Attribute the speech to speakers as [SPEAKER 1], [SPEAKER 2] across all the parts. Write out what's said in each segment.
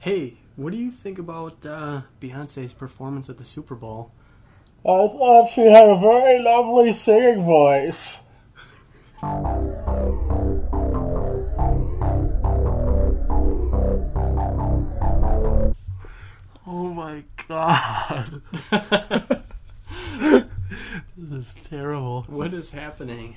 [SPEAKER 1] Hey, what do you think about uh, Beyonce's performance at the Super Bowl?
[SPEAKER 2] I thought she had a very lovely singing voice.
[SPEAKER 3] Oh my god. this is terrible.
[SPEAKER 1] What is happening?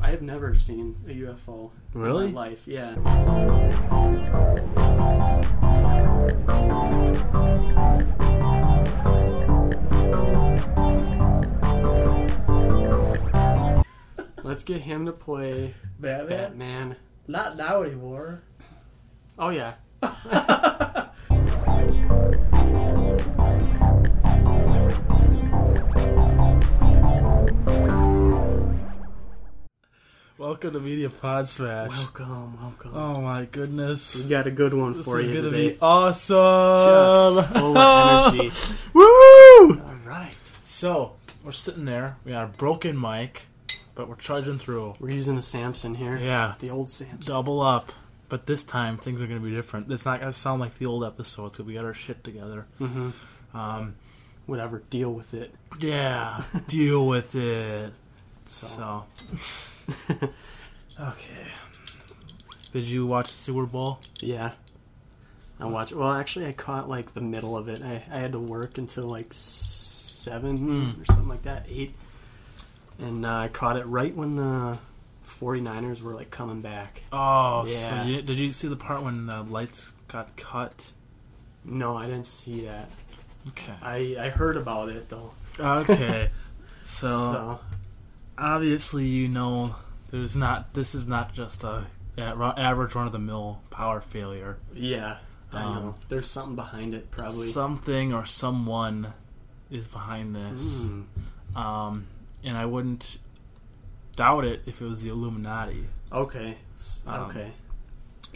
[SPEAKER 1] I have never seen a UFO
[SPEAKER 3] Really?
[SPEAKER 1] in my life. Yeah. Let's get him to play
[SPEAKER 3] Batman?
[SPEAKER 1] Batman.
[SPEAKER 3] Not now anymore.
[SPEAKER 1] Oh yeah.
[SPEAKER 3] Welcome to Media Pod Smash.
[SPEAKER 1] Welcome, welcome.
[SPEAKER 3] Oh my goodness.
[SPEAKER 1] We got a good one
[SPEAKER 3] this
[SPEAKER 1] for
[SPEAKER 3] is
[SPEAKER 1] you
[SPEAKER 3] gonna
[SPEAKER 1] today.
[SPEAKER 3] be awesome.
[SPEAKER 1] Just full of energy.
[SPEAKER 3] Woo!
[SPEAKER 1] All right.
[SPEAKER 3] So, we're sitting there. We got a broken mic, but we're trudging through.
[SPEAKER 1] We're using the Samson here.
[SPEAKER 3] Yeah.
[SPEAKER 1] The old Samson.
[SPEAKER 3] Double up. But this time, things are going to be different. It's not going to sound like the old episodes because we got our shit together.
[SPEAKER 1] hmm
[SPEAKER 3] Um,
[SPEAKER 1] Whatever. Deal with it.
[SPEAKER 3] Yeah, deal with it. So.
[SPEAKER 1] So.
[SPEAKER 3] okay. Did you watch the Super Bowl?
[SPEAKER 1] Yeah. I watch. Well, actually, I caught like the middle of it. I, I had to work until like seven
[SPEAKER 3] Hmm.
[SPEAKER 1] or something like that, eight, and uh, I caught it right when the 49ers were like coming back.
[SPEAKER 3] Oh,
[SPEAKER 1] Yeah.
[SPEAKER 3] so you, did you see the part when the lights got cut?
[SPEAKER 1] No, I didn't see that.
[SPEAKER 3] Okay.
[SPEAKER 1] I I heard about it though.
[SPEAKER 3] Okay. so,
[SPEAKER 1] So,
[SPEAKER 3] obviously you know there's not this is not just a a- ro- average run of the mill power failure.
[SPEAKER 1] yeah, I
[SPEAKER 3] Um,
[SPEAKER 1] know. There's something behind it, probably.
[SPEAKER 3] Something or someone is behind this.
[SPEAKER 1] Mm.
[SPEAKER 3] Um and I wouldn't doubt it if it was the Illuminati.
[SPEAKER 1] Okay. It's,
[SPEAKER 3] Um,
[SPEAKER 1] okay.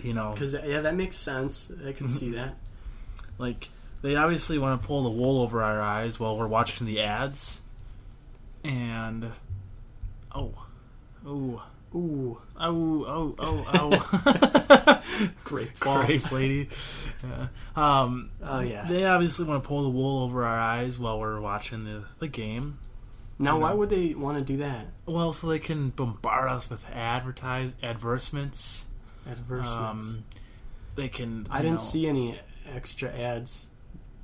[SPEAKER 3] You know,
[SPEAKER 1] Because yeah, that makes sense. I can see
[SPEAKER 3] Mm-hmm.
[SPEAKER 1] that.
[SPEAKER 3] Like they obviously want to pull the wool over our eyes while we're watching the ads. And oh, oh,
[SPEAKER 1] Ooh,
[SPEAKER 3] oh, oh, oh, oh!
[SPEAKER 1] Great call.
[SPEAKER 3] grape lady. Yeah. Um,
[SPEAKER 1] oh yeah.
[SPEAKER 3] they obviously want to pull the wool over our eyes while we're watching the the game.
[SPEAKER 1] Now,
[SPEAKER 3] you
[SPEAKER 1] why
[SPEAKER 3] know.
[SPEAKER 1] would they want to do that?
[SPEAKER 3] Well, so they can bombard us with advertise advertisements.
[SPEAKER 1] Advertisements.
[SPEAKER 3] Um, they can.
[SPEAKER 1] I
[SPEAKER 3] you
[SPEAKER 1] didn't
[SPEAKER 3] know-
[SPEAKER 1] see any extra ads.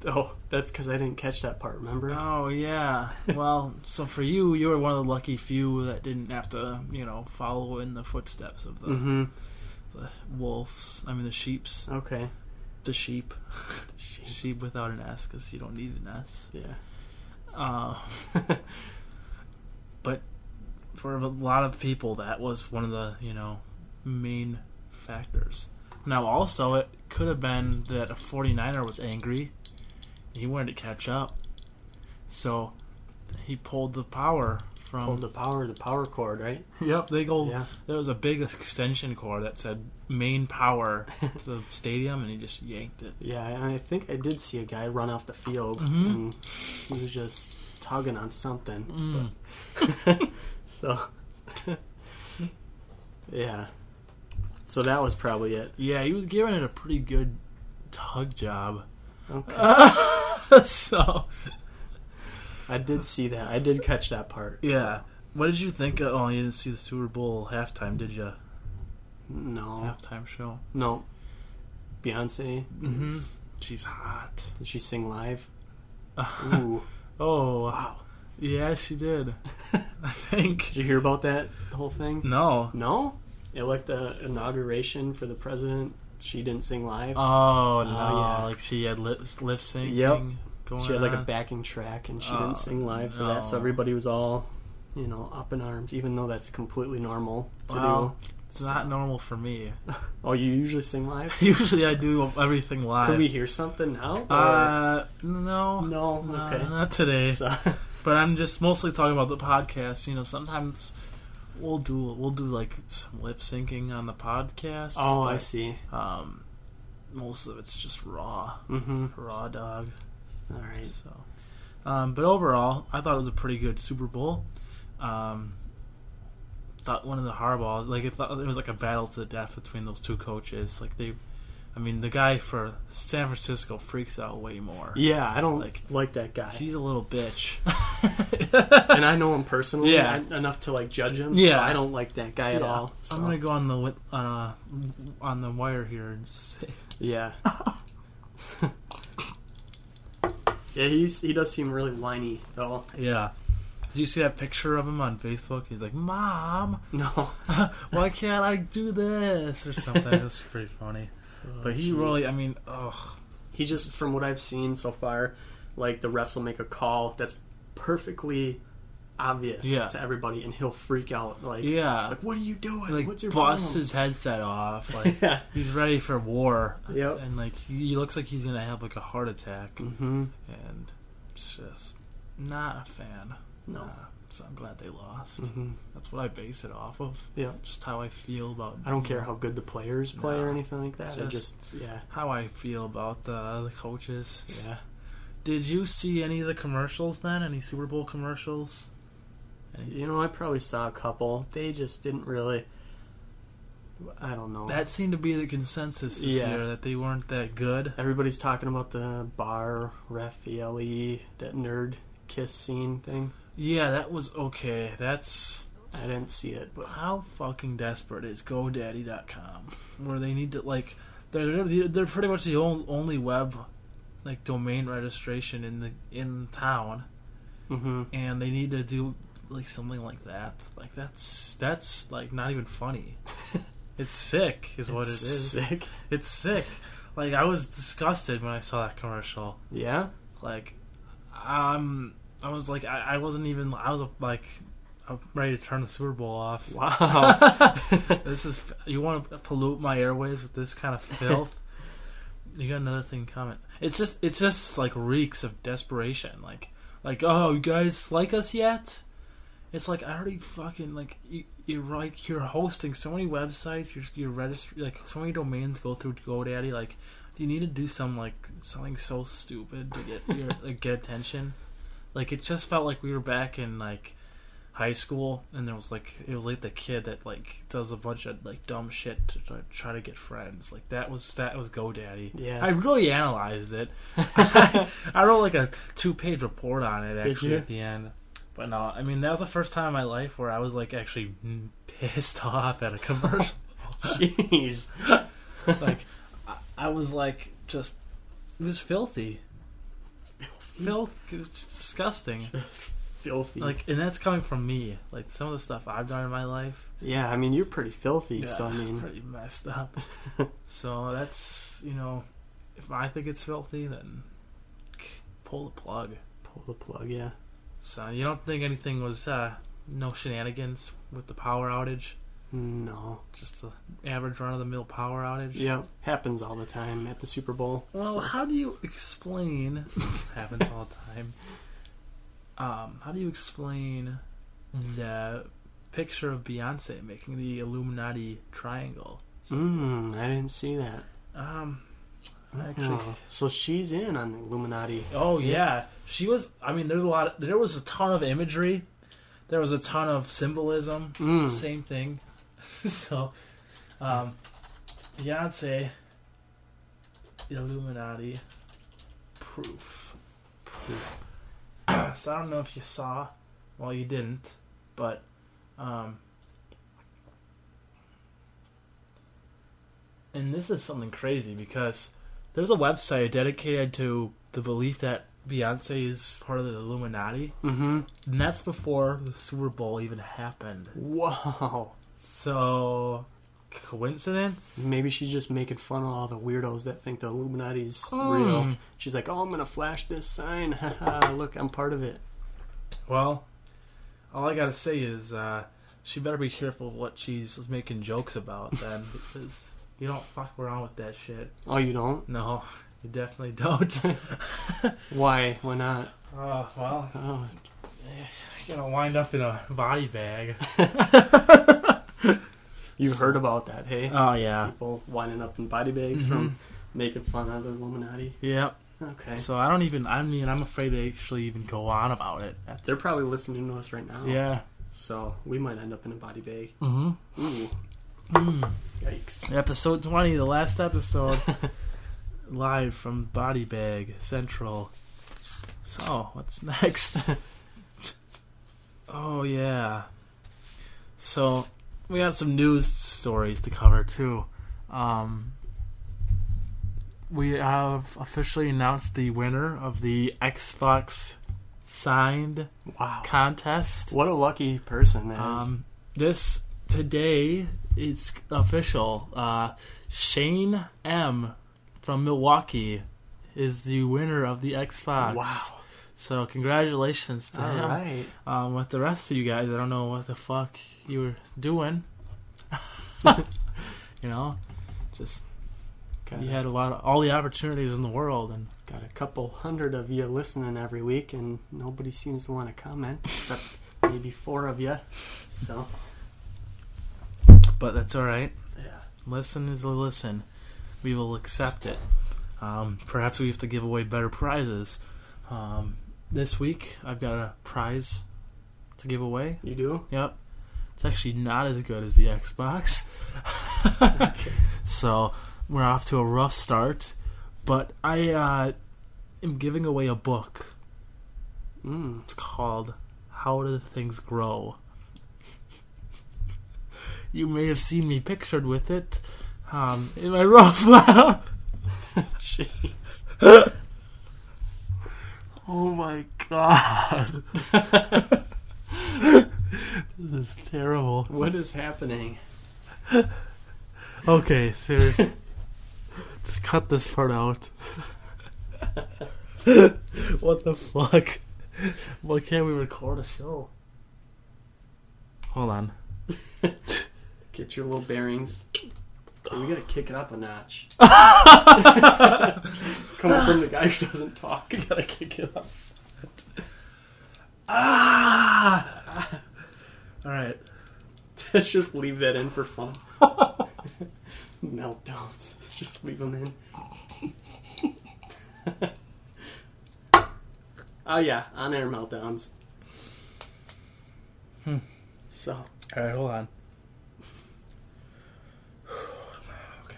[SPEAKER 1] Oh, that's because I didn't catch that part. Remember?
[SPEAKER 3] Oh yeah. Well, so for you, you were one of the lucky few that didn't have to, you know, follow in the footsteps of the,
[SPEAKER 1] mm-hmm.
[SPEAKER 3] the wolves. I mean, the sheep's,
[SPEAKER 1] Okay.
[SPEAKER 3] the sheep, sheep without an S because you don't need an S.
[SPEAKER 1] Yeah.
[SPEAKER 3] Uh, but for a lot of people, that was one of the, you know, main factors. Now, also, it could have been that a 49er was angry. and He wanted to catch up. So he pulled the power from.
[SPEAKER 1] Hold Oh, the power, the power cord, right?
[SPEAKER 3] Yep, they go.
[SPEAKER 1] Yeah.
[SPEAKER 3] There was a big extension cord that said main power to the stadium, and he just yanked it.
[SPEAKER 1] Yeah, I I think I did see a guy run off the field,
[SPEAKER 3] Mhm.
[SPEAKER 1] and he was just tugging on something.
[SPEAKER 3] Mm.
[SPEAKER 1] So, yeah. So that was probably it.
[SPEAKER 3] Yeah, he was giving it a pretty good tug job.
[SPEAKER 1] Okay.
[SPEAKER 3] so
[SPEAKER 1] I did see that. I did catch that part.
[SPEAKER 3] yeah, what did you think? of... Oh, you didn't see the Super Bowl halftime, did you?
[SPEAKER 1] No.
[SPEAKER 3] Halftime show.
[SPEAKER 1] No. Beyonce.
[SPEAKER 3] Mm-hmm. She's hot.
[SPEAKER 1] Did she sing live?
[SPEAKER 3] oh
[SPEAKER 1] Ooh.
[SPEAKER 3] wow.
[SPEAKER 1] wow.
[SPEAKER 3] Oh, Yeah, she did. I think.
[SPEAKER 1] Did you hear about that the whole thing?
[SPEAKER 3] No.
[SPEAKER 1] No. Yeah, like the inauguration for the president, she didn't sing live.
[SPEAKER 3] Oh no!
[SPEAKER 1] yeah.
[SPEAKER 3] Like she had lip lip syncing. Going
[SPEAKER 1] she had like a
[SPEAKER 3] on.
[SPEAKER 1] backing track, and she
[SPEAKER 3] Oh,
[SPEAKER 1] didn't sing live for that. So
[SPEAKER 3] no.
[SPEAKER 1] everybody was all, you know, up in arms, even though that's completely normal to
[SPEAKER 3] Well,
[SPEAKER 1] do.
[SPEAKER 3] It's not normal for me.
[SPEAKER 1] Oh, you usually sing live.
[SPEAKER 3] Usually I do everything live.
[SPEAKER 1] Could we hear something now? or-
[SPEAKER 3] Uh, no.
[SPEAKER 1] no.
[SPEAKER 3] No,
[SPEAKER 1] Okay.
[SPEAKER 3] not today.
[SPEAKER 1] So-
[SPEAKER 3] But I'm just mostly talking about the podcast. You know, sometimes we'll do we'll do like some lip syncing on the podcast.
[SPEAKER 1] oh, I
[SPEAKER 3] but,
[SPEAKER 1] see.
[SPEAKER 3] Um, most of it's just raw,
[SPEAKER 1] Mm-hmm.
[SPEAKER 3] raw dog.
[SPEAKER 1] All right.
[SPEAKER 3] So, Um, but overall, I thought it was a pretty good Super Bowl. Um, thought one of the Harbaughs, like it, thought it was like a battle to the death between those two coaches. Like they, I mean, the guy for San Francisco freaks out way more.
[SPEAKER 1] Yeah, I don't like,
[SPEAKER 3] Like-
[SPEAKER 1] that guy,
[SPEAKER 3] He's a little bitch.
[SPEAKER 1] and I know him personally.
[SPEAKER 3] Yeah.
[SPEAKER 1] en- enough to like judge him. so
[SPEAKER 3] Yeah.
[SPEAKER 1] I don't like that guy at
[SPEAKER 3] Yeah.
[SPEAKER 1] all. So,
[SPEAKER 3] I'm gonna go on the wi- uh, on the wire here and say
[SPEAKER 1] yeah, yeah. He's he does seem really whiny though.
[SPEAKER 3] Yeah. Did you see that picture of him on Facebook? He's like, "Mom,
[SPEAKER 1] No,
[SPEAKER 3] why can't I do this?" or something. It was pretty funny. but he
[SPEAKER 1] jeez.
[SPEAKER 3] really, I mean, oh,
[SPEAKER 1] He just, from what I've seen so far, like the refs will make a call that's perfectly obvious
[SPEAKER 3] Yeah.
[SPEAKER 1] to everybody, and he'll freak out. Like,
[SPEAKER 3] yeah.
[SPEAKER 1] like what are you doing?
[SPEAKER 3] Like,
[SPEAKER 1] What's your
[SPEAKER 3] busts
[SPEAKER 1] problem?
[SPEAKER 3] his headset off. Like,
[SPEAKER 1] yeah.
[SPEAKER 3] he's ready for war.
[SPEAKER 1] Yep.
[SPEAKER 3] And like, he he looks like he's gonna have like a heart attack,
[SPEAKER 1] Mm-hmm.
[SPEAKER 3] and it's just not a fan.
[SPEAKER 1] No.
[SPEAKER 3] Uh, so I'm glad they lost.
[SPEAKER 1] Mm-hmm.
[SPEAKER 3] That's what I base it off of.
[SPEAKER 1] Yeah.
[SPEAKER 3] Just how I feel about.
[SPEAKER 1] I don't care how good the players play or
[SPEAKER 3] No.
[SPEAKER 1] anything like that. I just,
[SPEAKER 3] Just-
[SPEAKER 1] yeah,
[SPEAKER 3] How I feel about uh, the coaches.
[SPEAKER 1] yeah.
[SPEAKER 3] Did you see any of the commercials then? Any Super Bowl commercials?
[SPEAKER 1] You know, I probably saw a couple. They just didn't really. I don't know.
[SPEAKER 3] That seemed to be the consensus this
[SPEAKER 1] Oh. Yeah.
[SPEAKER 3] year that they weren't that good.
[SPEAKER 1] Everybody's talking about the bar Raffaele E, that nerd kiss scene thing.
[SPEAKER 3] Yeah, that was okay. That's
[SPEAKER 1] I didn't see it, but
[SPEAKER 3] how fucking desperate is GoDaddy.com, where they need to like they're they're pretty much the on- only web like domain registration in the in town,
[SPEAKER 1] hmm
[SPEAKER 3] and they need to do like something like that. Like that's that's like not even funny. it's sick, is what it is.
[SPEAKER 1] Sick.
[SPEAKER 3] It's sick. Like I was disgusted when I saw that commercial.
[SPEAKER 1] Yeah.
[SPEAKER 3] Like, um, I was like, I, I wasn't even. I was like, I'm ready to turn the Super Bowl off.
[SPEAKER 1] Wow.
[SPEAKER 3] This is you want to pollute my airways with this kind of filth. you got another thing coming. It's just, it's just like reeks of desperation. Like, like, oh, you guys like us yet? It's like I already fucking like you, you're like you're hosting so many websites, you're you're registr like so many domains go through GoDaddy. Like, do you need to do some like something so stupid to get your like get attention? Like, it just felt like we were back in like high school, and there was like it was like the kid that like does a bunch of like dumb shit to, to try to get friends. Like that was that was GoDaddy.
[SPEAKER 1] Yeah.
[SPEAKER 3] I really analyzed it. I, wrote like a two page report on it
[SPEAKER 1] Did
[SPEAKER 3] actually
[SPEAKER 1] you?
[SPEAKER 3] at the end. But no, I mean that was the first time in my life where I was like actually mm, pissed off at a commercial.
[SPEAKER 1] Jeez.
[SPEAKER 3] like I, I was like just it was filthy. Filth, it was just disgusting.
[SPEAKER 1] Filthy.
[SPEAKER 3] Like, and that's coming from me. Like some of the stuff I've done in my life,
[SPEAKER 1] yeah, I mean, you're pretty filthy,
[SPEAKER 3] yeah,
[SPEAKER 1] so I mean,
[SPEAKER 3] pretty messed up. so that's you know, if I think it's filthy, then pull the plug.
[SPEAKER 1] pull the plug, yeah.
[SPEAKER 3] So you don't think anything was uh, no shenanigans with the power outage?
[SPEAKER 1] No.
[SPEAKER 3] Just the average run of the mill power outage.
[SPEAKER 1] Yep. Happens all the time at the Super Bowl.
[SPEAKER 3] Well, how do you explain? happens all the time. Um, how do you explain the picture of Beyonce making the Illuminati triangle?
[SPEAKER 1] Mm, I didn't see that.
[SPEAKER 3] Um, actually,
[SPEAKER 1] Oh, so she's in on the Illuminati.
[SPEAKER 3] Oh yeah, she was. I mean, there's a lot. there was a ton of imagery. There was a ton of symbolism.
[SPEAKER 1] Mm.
[SPEAKER 3] Same thing. so, um, Beyonce, Illuminati, proof. so I don't know if you saw. Well, you didn't, but um, and this is something crazy because there's a website dedicated to the belief that Beyonce is part of the Illuminati,
[SPEAKER 1] Mm-hmm.
[SPEAKER 3] and that's before the Super Bowl even happened.
[SPEAKER 1] Wow.
[SPEAKER 3] So, coincidence?
[SPEAKER 1] Maybe she's just making fun of all the weirdos that think the Illuminati's real.
[SPEAKER 3] Mm.
[SPEAKER 1] She's like, oh, I'm going to flash this sign. Haha, Look, I'm part of it.
[SPEAKER 3] Well, all I gotta say is uh, she better be careful what she's making jokes about then, because you don't fuck around with that shit.
[SPEAKER 1] Oh, you don't?
[SPEAKER 3] No, you definitely don't.
[SPEAKER 1] Why? Why not?
[SPEAKER 3] Oh, well,
[SPEAKER 1] Oh,
[SPEAKER 3] you're gonna wind up in a body bag.
[SPEAKER 1] you heard about that, hey?
[SPEAKER 3] Oh, yeah. Mm-hmm.
[SPEAKER 1] people winding up in body bags from making fun of the Illuminati.
[SPEAKER 3] Yep.
[SPEAKER 1] Okay.
[SPEAKER 3] So I don't even. I mean, I'm afraid to actually even go on about it.
[SPEAKER 1] They're probably listening to us right now.
[SPEAKER 3] Yeah.
[SPEAKER 1] So we might end up in a body bag.
[SPEAKER 3] Oh. Mm-hmm.
[SPEAKER 1] Ooh.
[SPEAKER 3] Mm.
[SPEAKER 1] Yikes.
[SPEAKER 3] Episode 20, the last episode, live from Body Bag Central. So, what's next? oh, yeah. So, we got some news stories to cover, too. Um, we have officially announced the winner of the Xbox signed
[SPEAKER 1] wow.
[SPEAKER 3] contest.
[SPEAKER 1] What a lucky person that is.
[SPEAKER 3] Um, this today it's official. Uh, Shane M from Milwaukee is the winner of the Xbox.
[SPEAKER 1] wow.
[SPEAKER 3] So congratulations to
[SPEAKER 1] All
[SPEAKER 3] him.
[SPEAKER 1] right.
[SPEAKER 3] Um, with the rest of you guys, I don't know what the fuck you were doing. you know, just
[SPEAKER 1] Got,
[SPEAKER 3] you had a lot of all the opportunities in the world, and
[SPEAKER 1] got a couple hundred of you listening every week, and nobody seems to want to comment except maybe four of you. So,
[SPEAKER 3] but that's all right.
[SPEAKER 1] yeah.
[SPEAKER 3] Listen is a listen. We will accept it. Um, perhaps we have to give away better prizes. Um, this week, I've got a prize to give away.
[SPEAKER 1] You do?
[SPEAKER 3] Yep. It's actually not as good as the Xbox. so we're off to a rough start. But I uh, am giving away a book.
[SPEAKER 1] Mm.
[SPEAKER 3] It's called How Do Things Grow? You may have seen me pictured with it um, in my rough lab.
[SPEAKER 1] Jeez.
[SPEAKER 3] Oh my god. this is terrible.
[SPEAKER 1] What is happening?
[SPEAKER 3] Okay, seriously. Just cut this part out. what the fuck? Why can't we record a show? Hold on.
[SPEAKER 1] Get your little bearings. Okay, we gotta kick it up a notch. Coming from the guy who doesn't talk, you gotta kick it up.
[SPEAKER 3] Ah! Alright.
[SPEAKER 1] Let's just leave that in for fun. Meltdowns. Just leave them in. oh yeah, on air meltdowns.
[SPEAKER 3] Hmm.
[SPEAKER 1] So
[SPEAKER 3] Alright, hold on. okay.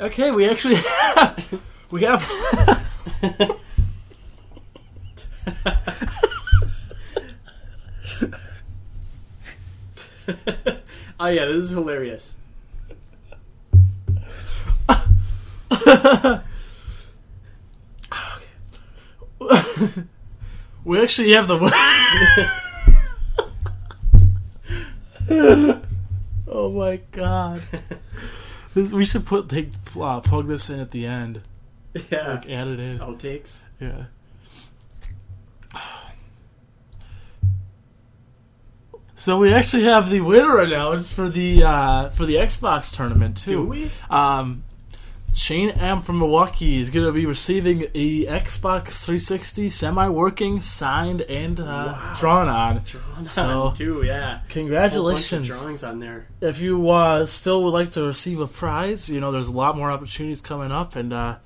[SPEAKER 3] Okay, we actually have, we have
[SPEAKER 1] Oh yeah, this is hilarious.
[SPEAKER 3] we actually have the oh my god This- we should put like uh, plug this in at the end
[SPEAKER 1] Yeah.
[SPEAKER 3] like add it in
[SPEAKER 1] Outtakes.
[SPEAKER 3] yeah so we actually have the winner announced for the uh, for the xbox tournament too
[SPEAKER 1] Do we?
[SPEAKER 3] um, Shane M from Milwaukee is going to be receiving a Xbox 360 semi-working, signed and uh,
[SPEAKER 1] Wow.
[SPEAKER 3] drawn on.
[SPEAKER 1] Drawn
[SPEAKER 3] So-
[SPEAKER 1] on too, yeah. Whole bunch of
[SPEAKER 3] Congratulations!
[SPEAKER 1] drawings on there.
[SPEAKER 3] If you uh, still would like to receive a prize, you know there's a lot more opportunities coming up, and uh,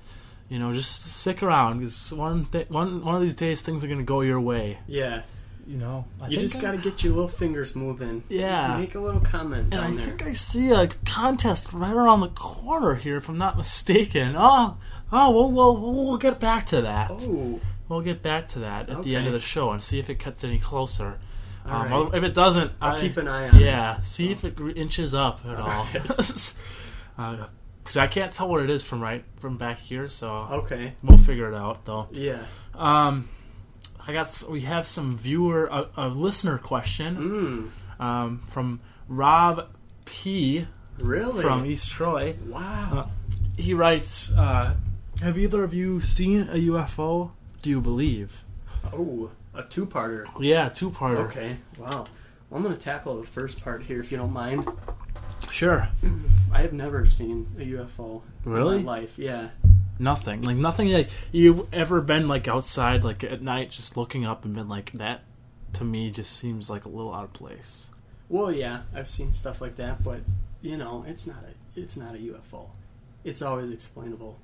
[SPEAKER 3] you know just stick around because one th- one one of these days things are going to go your way.
[SPEAKER 1] Yeah.
[SPEAKER 3] You know, I
[SPEAKER 1] you
[SPEAKER 3] think
[SPEAKER 1] just
[SPEAKER 3] I-
[SPEAKER 1] gotta get your little fingers moving.
[SPEAKER 3] Yeah.
[SPEAKER 1] Make a little comment
[SPEAKER 3] And I
[SPEAKER 1] down there.
[SPEAKER 3] think I see a contest right around the corner here, if I'm not mistaken. Oh, oh, we'll, we'll, we'll get back to that.
[SPEAKER 1] Oh,
[SPEAKER 3] We'll get back to that at the end
[SPEAKER 1] Okay.
[SPEAKER 3] of the show and see if it cuts any closer. Um,
[SPEAKER 1] All right.
[SPEAKER 3] If it doesn't,
[SPEAKER 1] I'll
[SPEAKER 3] I-
[SPEAKER 1] keep an eye on it.
[SPEAKER 3] Yeah, see if it gr- inches up at all. Because I can't tell what it is from right from back here, so
[SPEAKER 1] Okay.
[SPEAKER 3] we'll figure it out though.
[SPEAKER 1] Yeah.
[SPEAKER 3] Um, I got s- we have some viewer a, a listener question
[SPEAKER 1] Mm.
[SPEAKER 3] um, from Rob P
[SPEAKER 1] Really?
[SPEAKER 3] from East Troy.
[SPEAKER 1] wow.
[SPEAKER 3] He writes, uh, "Have either of you seen a UFO? Do you believe?"
[SPEAKER 1] Oh, a two-parter.
[SPEAKER 3] Yeah, two parter.
[SPEAKER 1] Okay. Wow. Well, I'm gonna tackle the first part here, if you don't mind.
[SPEAKER 3] Sure.
[SPEAKER 1] I have never seen a UFO.
[SPEAKER 3] Really?
[SPEAKER 1] In my life. Yeah.
[SPEAKER 3] Nothing. Like nothing. Like you ever been like outside, like at night, just looking up and been like that. To me, just seems like a little out of place.
[SPEAKER 1] Well, yeah, I've seen stuff like that, but you know, it's not a it's not a UFO. It's always explainable.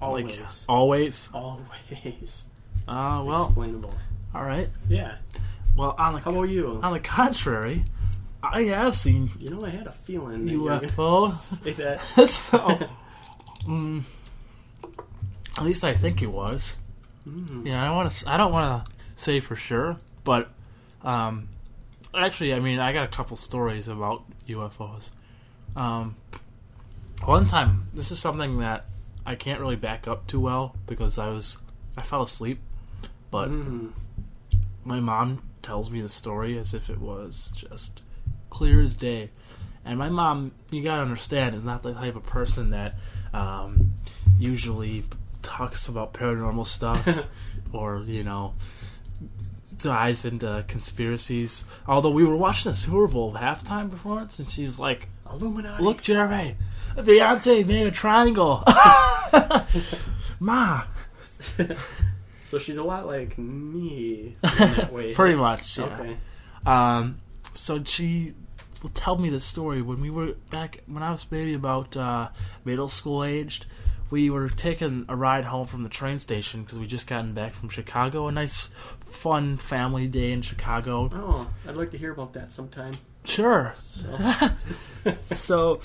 [SPEAKER 1] Always.
[SPEAKER 3] Like, always.
[SPEAKER 1] Always
[SPEAKER 3] Ah, well,
[SPEAKER 1] explainable.
[SPEAKER 3] all right.
[SPEAKER 1] Yeah.
[SPEAKER 3] Well, on the
[SPEAKER 1] How about you?
[SPEAKER 3] on the contrary, I have seen
[SPEAKER 1] You know, I had a feeling that you were gonna
[SPEAKER 3] UFO.
[SPEAKER 1] say that.
[SPEAKER 3] so, mm, at least I think it was.
[SPEAKER 1] Mm.
[SPEAKER 3] You know, Mm-hmm. I want to. I don't want to say for sure, but um, actually, I mean, I got a couple stories about UFOs. Um, one time, this is something that I can't really back up too well because I was I fell asleep, but
[SPEAKER 1] Mm.
[SPEAKER 3] my mom tells me the story as if it was just clear as day. And my mom, you gotta understand, is not the type of person that um, usually talks about paranormal stuff or, you know, dives into conspiracies. Although we were watching the Super Bowl halftime performance, and she was like,
[SPEAKER 1] Illuminati.
[SPEAKER 3] Look, Jerry, Beyonce made a triangle. Ma,
[SPEAKER 1] So she's a lot like me in that way.
[SPEAKER 3] pretty much. Yeah.
[SPEAKER 1] Okay.
[SPEAKER 3] Um, so she will tell me the story when we were back when I was maybe about uh, middle school aged. We were taking a ride home from the train station because we just gotten back from Chicago. A nice, fun family day in Chicago.
[SPEAKER 1] Oh, I'd like to hear about that sometime.
[SPEAKER 3] Sure.
[SPEAKER 1] So.
[SPEAKER 3] so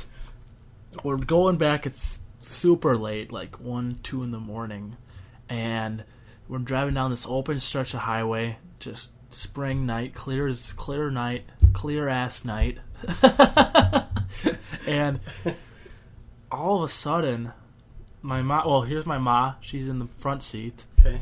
[SPEAKER 3] we're going back. It's super late, like one, two in the morning, and we're driving down this open stretch of highway. Just spring night, clear as clear night, clear ass night, and all of a sudden, my ma. Well, here's my ma. She's in the front seat.
[SPEAKER 1] okay.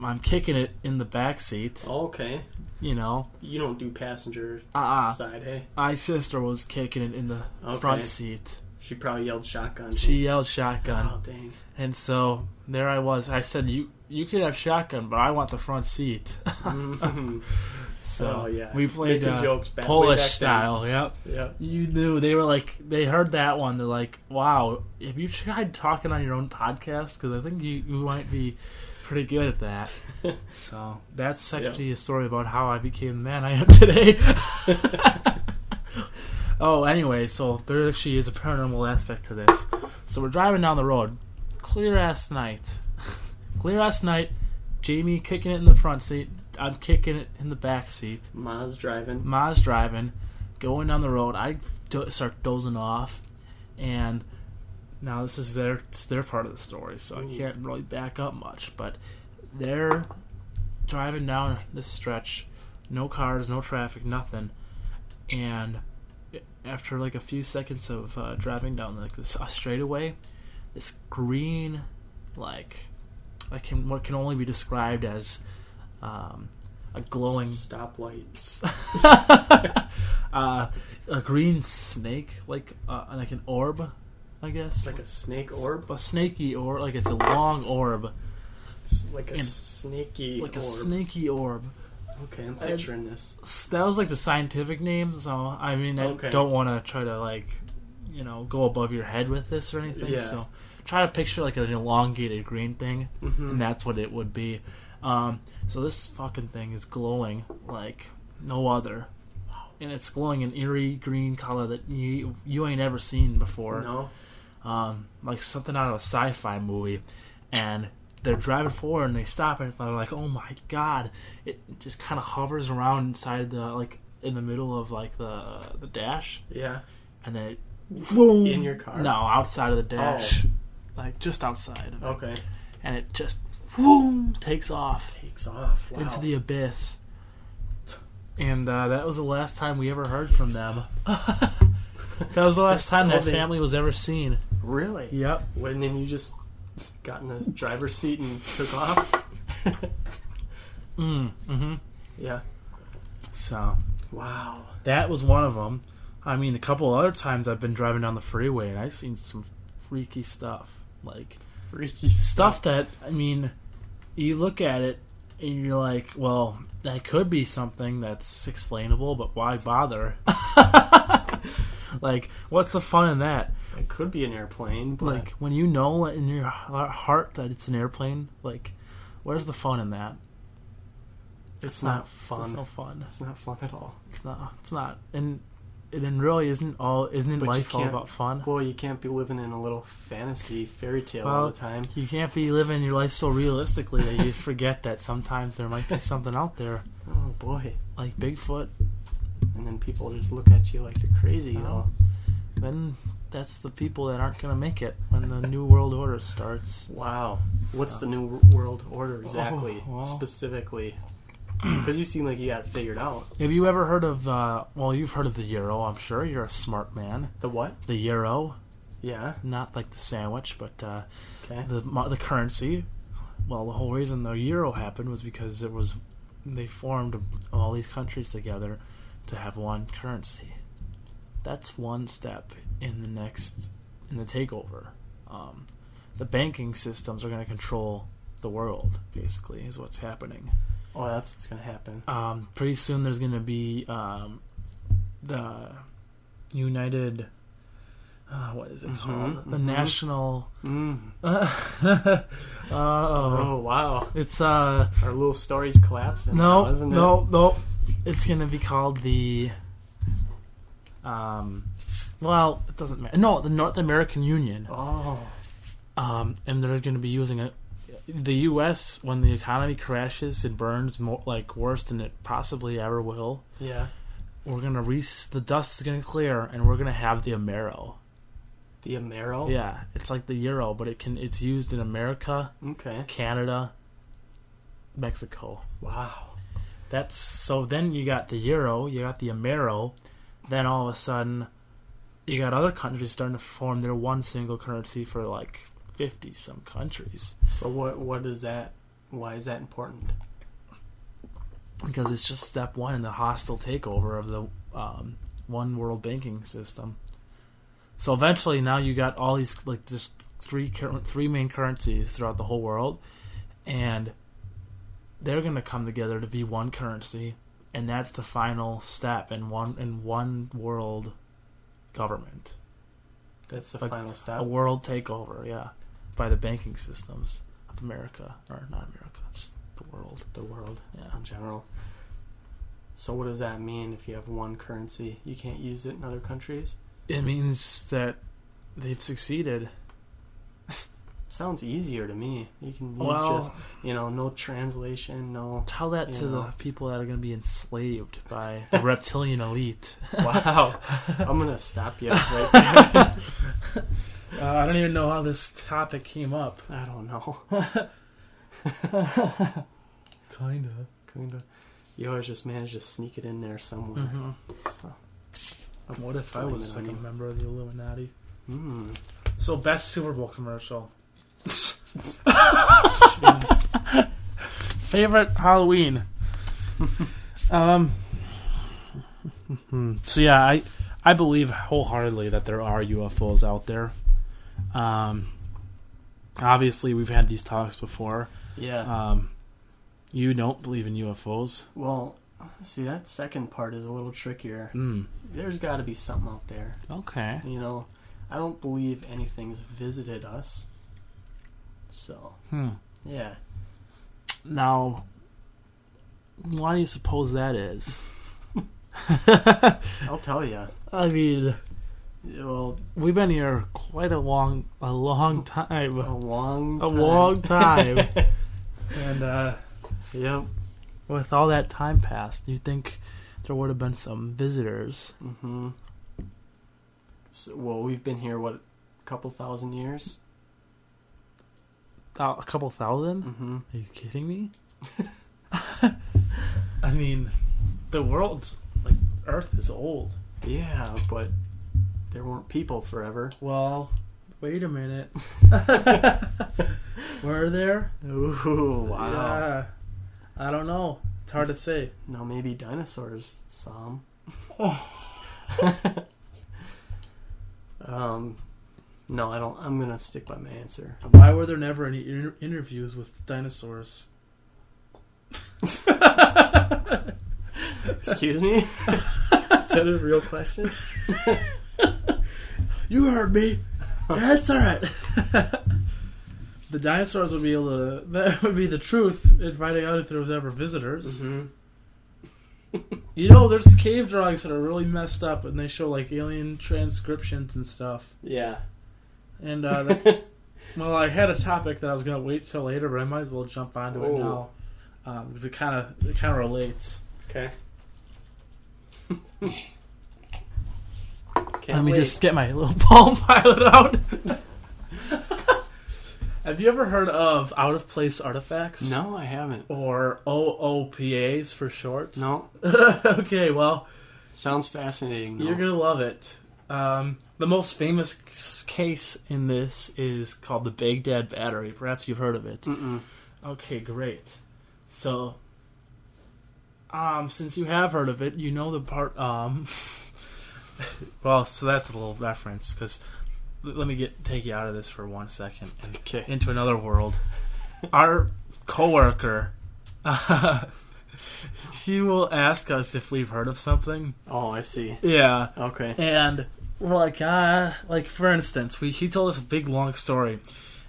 [SPEAKER 3] I'm kicking it in the back seat.
[SPEAKER 1] Oh, Okay.
[SPEAKER 3] You know,
[SPEAKER 1] You don't do passenger
[SPEAKER 3] Uh-uh.
[SPEAKER 1] side, hey?
[SPEAKER 3] my sister was kicking it in the
[SPEAKER 1] Okay.
[SPEAKER 3] front seat.
[SPEAKER 1] She probably yelled shotgun.
[SPEAKER 3] She yelled shotgun.
[SPEAKER 1] Oh, dang.
[SPEAKER 3] And so there I was. I said, "You you could have shotgun, but I want the front seat."
[SPEAKER 1] Mhm.
[SPEAKER 3] so
[SPEAKER 1] Oh, yeah.
[SPEAKER 3] we played
[SPEAKER 1] Making
[SPEAKER 3] uh,
[SPEAKER 1] jokes back- way
[SPEAKER 3] Polish
[SPEAKER 1] back then.
[SPEAKER 3] style. Yep.
[SPEAKER 1] yep.
[SPEAKER 3] You knew they were like they heard that one. They're like, "Wow, have you tried talking on your own podcast? Because I think you, you might be pretty good at that." so that's actually a story about how I became the man I am today. oh, anyway, so there actually is a paranormal aspect to this. So we're driving down the road, clear ass night, clear ass night. Jamie kicking it in the front seat. I'm kicking it in the back seat.
[SPEAKER 1] Ma's driving.
[SPEAKER 3] Ma's driving, going down the road. I do- start dozing off, and now this is their it's their part of the story, so I
[SPEAKER 1] Ooh.
[SPEAKER 3] can't really back up much. But they're driving down this stretch, no cars, no traffic, nothing, and after like a few seconds of uh, driving down like this a straightaway, this green, like, I can what can only be described as um, a glowing
[SPEAKER 1] Stoplight.
[SPEAKER 3] uh, a green snake, like uh, like an orb, I guess.
[SPEAKER 1] It's like a snake orb.
[SPEAKER 3] a snaky orb, like it's a long orb,
[SPEAKER 1] It's like a
[SPEAKER 3] And-
[SPEAKER 1] snaky
[SPEAKER 3] like
[SPEAKER 1] orb.
[SPEAKER 3] a snaky orb.
[SPEAKER 1] Okay, I'm picturing this.
[SPEAKER 3] S- That was like the scientific name, so I mean, I
[SPEAKER 1] Okay.
[SPEAKER 3] don't want to try to like, you know, go above your head with this or anything.
[SPEAKER 1] Yeah.
[SPEAKER 3] So try to picture like an elongated green thing,
[SPEAKER 1] Mm-hmm.
[SPEAKER 3] and that's what it would be. Um, so this fucking thing is glowing like no other. And it's glowing an eerie green color that you you ain't ever seen before
[SPEAKER 1] No?
[SPEAKER 3] um, like something out of a sci-fi movie, and they're driving forward and they stop and they're like, "Oh my god!" It just kind of hovers around inside the like in the middle of like the the dash,
[SPEAKER 1] Yeah.
[SPEAKER 3] and then it, boom
[SPEAKER 1] In your car?
[SPEAKER 3] No, outside of the dash, like just outside, of it.
[SPEAKER 1] Oh. Okay.
[SPEAKER 3] and it just boom takes off
[SPEAKER 1] Takes off. Wow.
[SPEAKER 3] into the abyss. And uh, that was the last time we ever heard from them. that was the last time that
[SPEAKER 1] Well, they-
[SPEAKER 3] family was ever seen.
[SPEAKER 1] Really?
[SPEAKER 3] Yep.
[SPEAKER 1] When then you just got in the driver's seat and took off?
[SPEAKER 3] Mm, hmm
[SPEAKER 1] yeah.
[SPEAKER 3] So
[SPEAKER 1] Wow.
[SPEAKER 3] that was one of them. I mean, a couple other times I've been driving down the freeway and I've seen some freaky stuff, like
[SPEAKER 1] Freaky
[SPEAKER 3] stuff that I mean, you look at it and you're like, well, that could be something that's explainable, but why bother? like, what's the fun in that?
[SPEAKER 1] It could be an airplane, but
[SPEAKER 3] Like, when you know in your heart that it's an airplane, like, where's the fun in that?
[SPEAKER 1] it's not
[SPEAKER 3] It's
[SPEAKER 1] fun.
[SPEAKER 3] no fun.
[SPEAKER 1] It's not fun at all.
[SPEAKER 3] It's not. It's not. And and then really isn't all isn't
[SPEAKER 1] But you
[SPEAKER 3] life all
[SPEAKER 1] can't-
[SPEAKER 3] about fun?
[SPEAKER 1] Well, you can't be living in a little fantasy fairy tale all
[SPEAKER 3] Well,
[SPEAKER 1] the time.
[SPEAKER 3] You can't be living your life so realistically that you forget that sometimes there might be something out there,
[SPEAKER 1] Oh boy!
[SPEAKER 3] like Bigfoot.
[SPEAKER 1] And then people just look at you like you're crazy.
[SPEAKER 3] Oh.
[SPEAKER 1] you know?
[SPEAKER 3] Then that's the people that aren't going to make it when the new world order starts.
[SPEAKER 1] Wow. What's
[SPEAKER 3] So- Oh,
[SPEAKER 1] the new world order exactly,
[SPEAKER 3] well.
[SPEAKER 1] specifically? Because you seem like you got it figured out.
[SPEAKER 3] Have you ever heard of? Uh, well, you've heard of the euro, I'm sure. You're a smart man.
[SPEAKER 1] The what?
[SPEAKER 3] The euro,
[SPEAKER 1] Yeah.
[SPEAKER 3] not like the sandwich, but uh,
[SPEAKER 1] Okay.
[SPEAKER 3] the mo- the currency. Well, the whole reason the euro happened was because it was they formed all these countries together to have one currency. That's one step in the next in the takeover. Um, the banking systems are going to control the world. Basically, is what's happening.
[SPEAKER 1] Oh, that's what's gonna happen.
[SPEAKER 3] Um, pretty soon, there's going to be um, the United. Uh, what is it
[SPEAKER 1] Mhm,
[SPEAKER 3] called? The
[SPEAKER 1] mhm.
[SPEAKER 3] National.
[SPEAKER 1] Mm.
[SPEAKER 3] Uh, Uh-oh.
[SPEAKER 1] Oh wow!
[SPEAKER 3] It's uh
[SPEAKER 1] Our little story's collapsing. now,
[SPEAKER 3] no
[SPEAKER 1] isn't
[SPEAKER 3] no
[SPEAKER 1] It?
[SPEAKER 3] no. It's gonna be called the um. Well, it doesn't matter. No, the North American Union.
[SPEAKER 1] Oh.
[SPEAKER 3] Um, and they're gonna be using it. The U.S. when the economy crashes and burns more like worse than it possibly ever will.
[SPEAKER 1] Yeah.
[SPEAKER 3] We're gonna re the dust is gonna clear and we're gonna have the Amero.
[SPEAKER 1] The Amero.
[SPEAKER 3] Yeah, it's like the euro, but it can it's used in America,
[SPEAKER 1] Okay.
[SPEAKER 3] Canada, Mexico.
[SPEAKER 1] Wow.
[SPEAKER 3] That's so. Then you got the euro, you got the amero. Then all of a sudden, you got other countries starting to form their one single currency for like fifty some countries
[SPEAKER 1] So what? What is that? Why is that important?
[SPEAKER 3] because it's just step one in the hostile takeover of the um, one world banking system. So eventually, now you got all these like just three cur- three main currencies throughout the whole world, and they're going to come together to be one currency, and that's the final step in one in one world government,
[SPEAKER 1] That's the
[SPEAKER 3] Like,
[SPEAKER 1] final
[SPEAKER 3] a
[SPEAKER 1] step.
[SPEAKER 3] world takeover, yeah, by the banking systems of America or not America, just the world,
[SPEAKER 1] the world
[SPEAKER 3] yeah.
[SPEAKER 1] in general. So what does that mean if you have one currency? You can't use it in other countries?
[SPEAKER 3] It means that they've succeeded.
[SPEAKER 1] Sounds easier to me. You can use
[SPEAKER 3] Well,
[SPEAKER 1] just, you know, no translation, no.
[SPEAKER 3] tell that to
[SPEAKER 1] you know.
[SPEAKER 3] the people that are going to be enslaved by the reptilian elite.
[SPEAKER 1] Wow. I'm going to stop you right there.
[SPEAKER 3] Uh, I don't even know how this topic came up.
[SPEAKER 1] I don't know.
[SPEAKER 3] Kind of.
[SPEAKER 1] Kinda. You always just manage to sneak it in there somewhere.
[SPEAKER 3] hmm
[SPEAKER 1] So,
[SPEAKER 3] What if I
[SPEAKER 1] Blame
[SPEAKER 3] was
[SPEAKER 1] it
[SPEAKER 3] like
[SPEAKER 1] on
[SPEAKER 3] a
[SPEAKER 1] you.
[SPEAKER 3] member of the Illuminati?
[SPEAKER 1] mm.
[SPEAKER 3] So best Super Bowl commercial. Favorite Halloween. um. mhm. So yeah, I I believe wholeheartedly that there are UFOs out there. Um. Obviously, we've had these talks before.
[SPEAKER 1] Yeah.
[SPEAKER 3] Um, you don't believe in UFOs.
[SPEAKER 1] well, see, that second part is a little trickier.
[SPEAKER 3] Mm.
[SPEAKER 1] There's got to be something out there.
[SPEAKER 3] Okay.
[SPEAKER 1] You know, I don't believe anything's visited us. So,
[SPEAKER 3] Hmm.
[SPEAKER 1] yeah.
[SPEAKER 3] Now, why do you suppose that is?
[SPEAKER 1] I'll tell you.
[SPEAKER 3] I mean,
[SPEAKER 1] Well,
[SPEAKER 3] we've been here quite a long, a long time,
[SPEAKER 1] a long,
[SPEAKER 3] a
[SPEAKER 1] time.
[SPEAKER 3] long time, and uh,
[SPEAKER 1] Yep.
[SPEAKER 3] with all that time passed, you think there would have been some visitors?
[SPEAKER 1] hmm So, well, we've been here what, a couple thousand years?
[SPEAKER 3] Uh, a couple thousand?
[SPEAKER 1] Mm-hmm.
[SPEAKER 3] Are you kidding me? I mean, the world's like Earth is old.
[SPEAKER 1] Yeah, but there weren't people forever.
[SPEAKER 3] Well, wait a minute. Were there?
[SPEAKER 1] Ooh, wow.
[SPEAKER 3] Yeah. I don't know. It's hard to say.
[SPEAKER 1] Now maybe dinosaurs saw 'em. um, no, I don't. I'm gonna stick by my answer.
[SPEAKER 3] Why were there never any inter- interviews with dinosaurs?
[SPEAKER 1] Excuse me? Is that a real question?
[SPEAKER 3] You heard me. That's all right. the dinosaurs would be able to. That would be the truth in finding out if there was ever visitors.
[SPEAKER 1] Mm-hmm.
[SPEAKER 3] You know, there's cave drawings that are really messed up, and they show like alien transcriptions and stuff.
[SPEAKER 1] yeah.
[SPEAKER 3] And uh, that- well, I had a topic that I was gonna wait till later, but I might as well jump onto
[SPEAKER 1] Oh.
[SPEAKER 3] it now because it kind of it kind of relates.
[SPEAKER 1] okay.
[SPEAKER 3] Let me just get my little palm pilot out. Have you ever heard of out of place artifacts?
[SPEAKER 1] No, I haven't.
[SPEAKER 3] Or OOPAs for short?
[SPEAKER 1] No,
[SPEAKER 3] okay, well,
[SPEAKER 1] sounds fascinating. Though.
[SPEAKER 3] you're going to love it. Um, the most famous c- case in this is called the Baghdad Battery. Perhaps you've heard of it.
[SPEAKER 1] Mm-mm.
[SPEAKER 3] Okay, great. So, um, since you have heard of it, you know the part. Um, well, so that's a little reference because let me get take you out of this for one second and
[SPEAKER 1] Okay.
[SPEAKER 3] into another world. Our coworker, he will ask us if we've heard of something.
[SPEAKER 1] Oh, I see.
[SPEAKER 3] Yeah,
[SPEAKER 1] Okay.
[SPEAKER 3] and we're like, uh, like for instance, we he told us a big long story,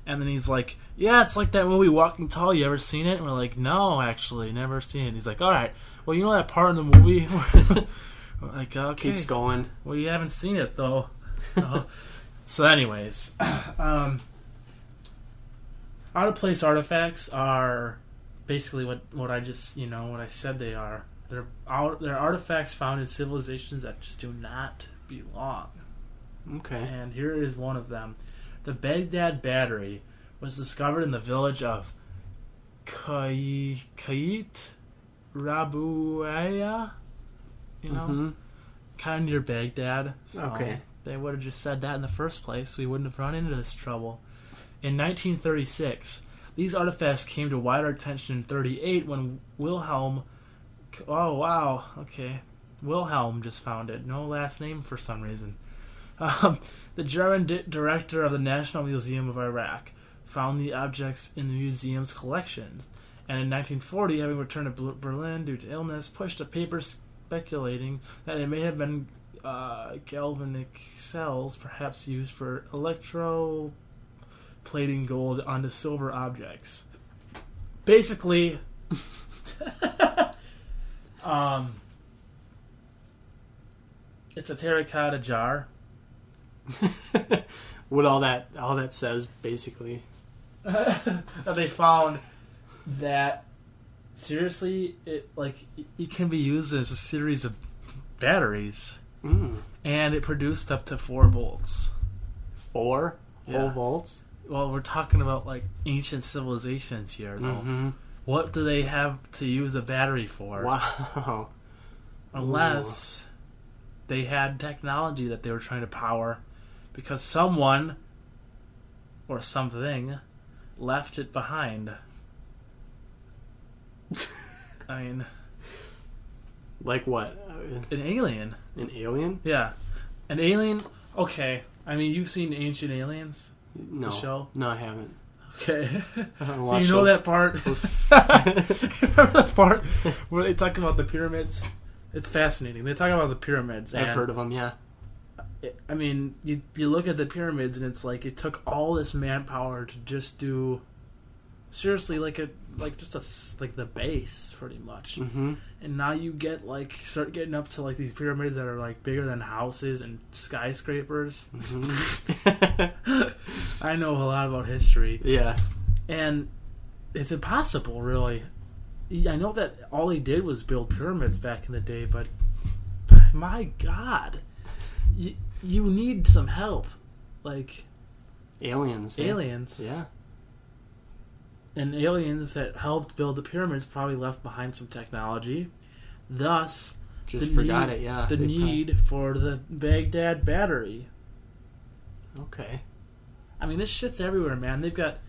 [SPEAKER 3] and then he's like, yeah, it's like that movie Walking Tall. You ever seen it? And we're like, no, actually, never seen it. He's like, all right, well, you know that part in the movie. where- we're like, okay,
[SPEAKER 1] Keeps going.
[SPEAKER 3] well, you haven't seen it though. So, so anyways, um, out of place artifacts are basically what what I just you know what I said they are. They're out. They're artifacts found in civilizations that just do not belong.
[SPEAKER 1] Okay.
[SPEAKER 3] And here is one of them. The Baghdad Battery was discovered in the village of Kai- Kait Rabuaya. You know,
[SPEAKER 1] hmm
[SPEAKER 3] kind of near Baghdad. So
[SPEAKER 1] Okay.
[SPEAKER 3] They would have just said that in the first place. We wouldn't have run into this trouble. In 1936, these artifacts came to wider attention in 38 when Wilhelm. Oh, wow. Okay. Wilhelm just found it. No last name for some reason. Um, the German di- director of the National Museum of Iraq found the objects in the museum's collections. And in 1940, having returned to Bel- Berlin due to illness, pushed a paper speculating that it may have been uh, galvanic cells, perhaps used for electroplating gold onto silver objects. Basically, um, it's a terracotta jar.
[SPEAKER 1] Mm-hmm. what all that all that says basically.
[SPEAKER 3] that they found that seriously it like it- it can be used as a series of batteries
[SPEAKER 1] Mm.
[SPEAKER 3] and it produced up to four volts
[SPEAKER 1] Four whole
[SPEAKER 3] Yeah.
[SPEAKER 1] volts.
[SPEAKER 3] well we're talking about like ancient civilizations here though.
[SPEAKER 1] Mm-hmm.
[SPEAKER 3] what do they have to use a battery for
[SPEAKER 1] Wow.
[SPEAKER 3] unless they had technology that they were trying to power because someone or something left it behind i mean
[SPEAKER 1] Like what? Uh,
[SPEAKER 3] an alien
[SPEAKER 1] An alien?
[SPEAKER 3] yeah an alien okay i mean you've seen ancient aliens
[SPEAKER 1] No.
[SPEAKER 3] show?
[SPEAKER 1] No, I haven't.
[SPEAKER 3] okay
[SPEAKER 1] I haven't
[SPEAKER 3] so you
[SPEAKER 1] watched
[SPEAKER 3] know
[SPEAKER 1] those-
[SPEAKER 3] that part
[SPEAKER 1] those-
[SPEAKER 3] remember the part where they talk about the pyramids it's fascinating they talk about the pyramids
[SPEAKER 1] I've
[SPEAKER 3] and
[SPEAKER 1] heard of them. Yeah.
[SPEAKER 3] I mean, you you look at the pyramids and it's like it took all this manpower to just do seriously like a like just a s- like the base pretty much.
[SPEAKER 1] Mm-hmm.
[SPEAKER 3] And now you get like start getting up to like these pyramids that are like bigger than houses and skyscrapers. I know a lot about history
[SPEAKER 1] Mm-hmm. yeah.
[SPEAKER 3] and it's impossible really. I know that all he did was build pyramids back in the day, but my god. You, you need some help. Like
[SPEAKER 1] Aliens. eh?
[SPEAKER 3] aliens
[SPEAKER 1] Yeah.
[SPEAKER 3] and aliens that helped build the pyramids probably left behind some technology thus
[SPEAKER 1] Just
[SPEAKER 3] The
[SPEAKER 1] forgot
[SPEAKER 3] need-
[SPEAKER 1] it. Yeah.
[SPEAKER 3] the
[SPEAKER 1] They probably-
[SPEAKER 3] need for the baghdad battery
[SPEAKER 1] Okay.
[SPEAKER 3] i mean this shit's everywhere man they've got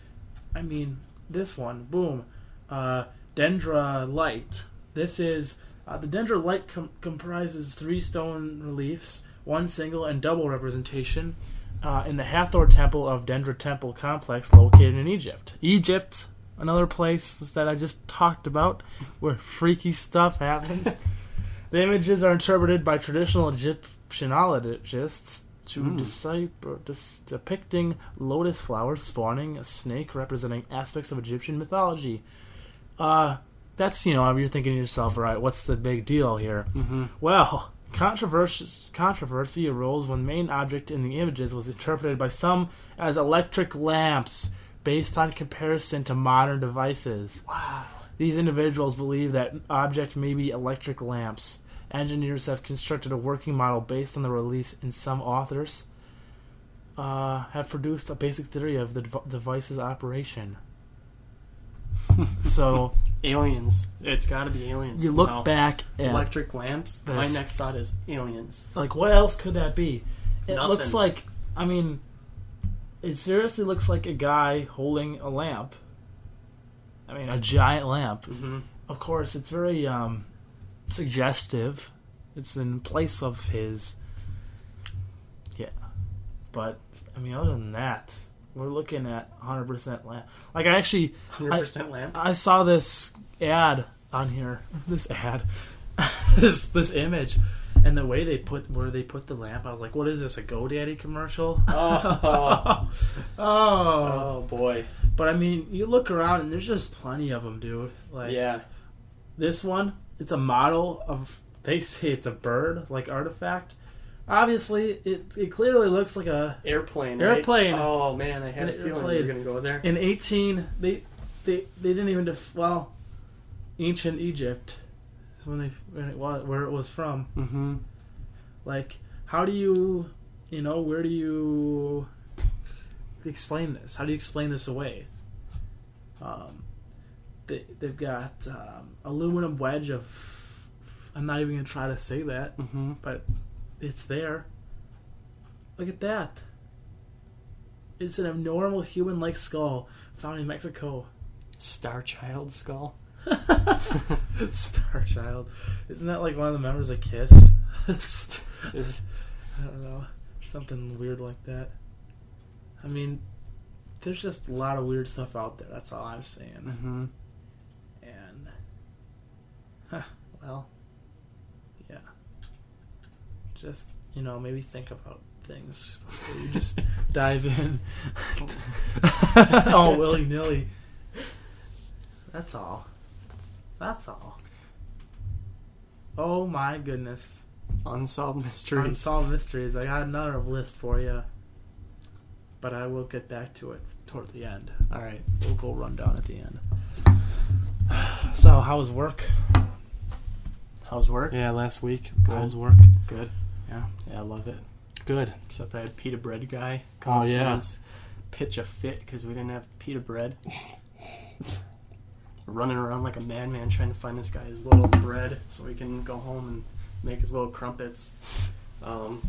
[SPEAKER 3] i mean this one boom uh dendra light this is uh, the dendra light com- comprises three stone reliefs one single and double representation uh, in the Hathor Temple of Dendra Temple Complex, located in Egypt. Egypt, another place that I just talked about, where freaky stuff happens. the images are interpreted by traditional Egyptianologists to decip- dis- depicting lotus flowers spawning a snake, representing aspects of Egyptian mythology. Uh, that's you know you're thinking to yourself, all right, what's the big deal here?
[SPEAKER 1] Mm-hmm.
[SPEAKER 3] Well, controversy, controversy arose when main object in the images was interpreted by some as electric lamps based on comparison to modern devices.
[SPEAKER 1] Wow.
[SPEAKER 3] These individuals believe that object may be electric lamps. Engineers have constructed a working model based on the release, and some authors uh, have produced a basic theory of the dev- device's operation. so
[SPEAKER 1] Aliens. It's got to be aliens.
[SPEAKER 3] you look
[SPEAKER 1] somehow.
[SPEAKER 3] back at
[SPEAKER 1] Electric lamps. My
[SPEAKER 3] That's-
[SPEAKER 1] next thought is aliens.
[SPEAKER 3] like what else could that be? It
[SPEAKER 1] Nothing.
[SPEAKER 3] looks like I mean, it seriously looks like a guy holding a lamp. I mean, a giant lamp,
[SPEAKER 1] Mm-hmm.
[SPEAKER 3] of course, it's very um, suggestive. It's in place of his. Yeah. But, I mean, other than that, we're looking at 100% lamp. Like, I actually.
[SPEAKER 1] 100% lamp.
[SPEAKER 3] I saw this ad on here. This ad, this this image, and the way they put where they put the lamp. I was like, "What is this? A GoDaddy commercial?"
[SPEAKER 1] Oh.
[SPEAKER 3] oh.
[SPEAKER 1] Oh boy.
[SPEAKER 3] But I mean, you look around and there's just plenty of them, dude. Like,
[SPEAKER 1] yeah.
[SPEAKER 3] this one, it's a model of. They say it's a bird, like artifact. Obviously, it it clearly looks like a.
[SPEAKER 1] Airplane. right?
[SPEAKER 3] Airplane.
[SPEAKER 1] Oh man, I had a feeling you
[SPEAKER 3] Airplane.
[SPEAKER 1] were gonna go there.
[SPEAKER 3] In eighteen, they they they didn't even def- well, ancient Egypt is when they when it was, where it was from.
[SPEAKER 1] Mm-hmm.
[SPEAKER 3] Like, how do you, you know, where do you explain this? How do you explain this away? Um, they they've got um, aluminum wedge of. I'm not even gonna try to say that.
[SPEAKER 1] Mm-hmm.
[SPEAKER 3] but it's there. Look at that. It's an abnormal human like skull found in Mexico.
[SPEAKER 1] Star Child skull.
[SPEAKER 3] Star Child. Isn't that like one of the members of Kiss?
[SPEAKER 1] Is
[SPEAKER 3] I don't know. Something weird like that. I mean, there's just a lot of weird stuff out there. That's all I'm saying.
[SPEAKER 1] mm-hmm.
[SPEAKER 3] And. Huh, well. Yeah. Just, you know, maybe think about things before you just dive in. oh, willy nilly. That's all. That's all. Oh my goodness.
[SPEAKER 1] unsolved mysteries.
[SPEAKER 3] Unsolved mysteries. I got another list for you. But I will get back to it toward the end.
[SPEAKER 1] All right.
[SPEAKER 3] We'll go rundown at the end. So, how was work?
[SPEAKER 1] How's work?
[SPEAKER 3] Yeah, last week.
[SPEAKER 1] Good.
[SPEAKER 3] How was work?
[SPEAKER 1] Good.
[SPEAKER 3] Yeah.
[SPEAKER 1] Yeah, I love it.
[SPEAKER 3] Good.
[SPEAKER 1] Except I had pita bread guy.
[SPEAKER 3] Oh,
[SPEAKER 1] to
[SPEAKER 3] yeah.
[SPEAKER 1] us, Pitch a fit because we didn't have pita bread. Running around like a madman trying to find this guy his little bread so he can go home and make his little crumpets. Um,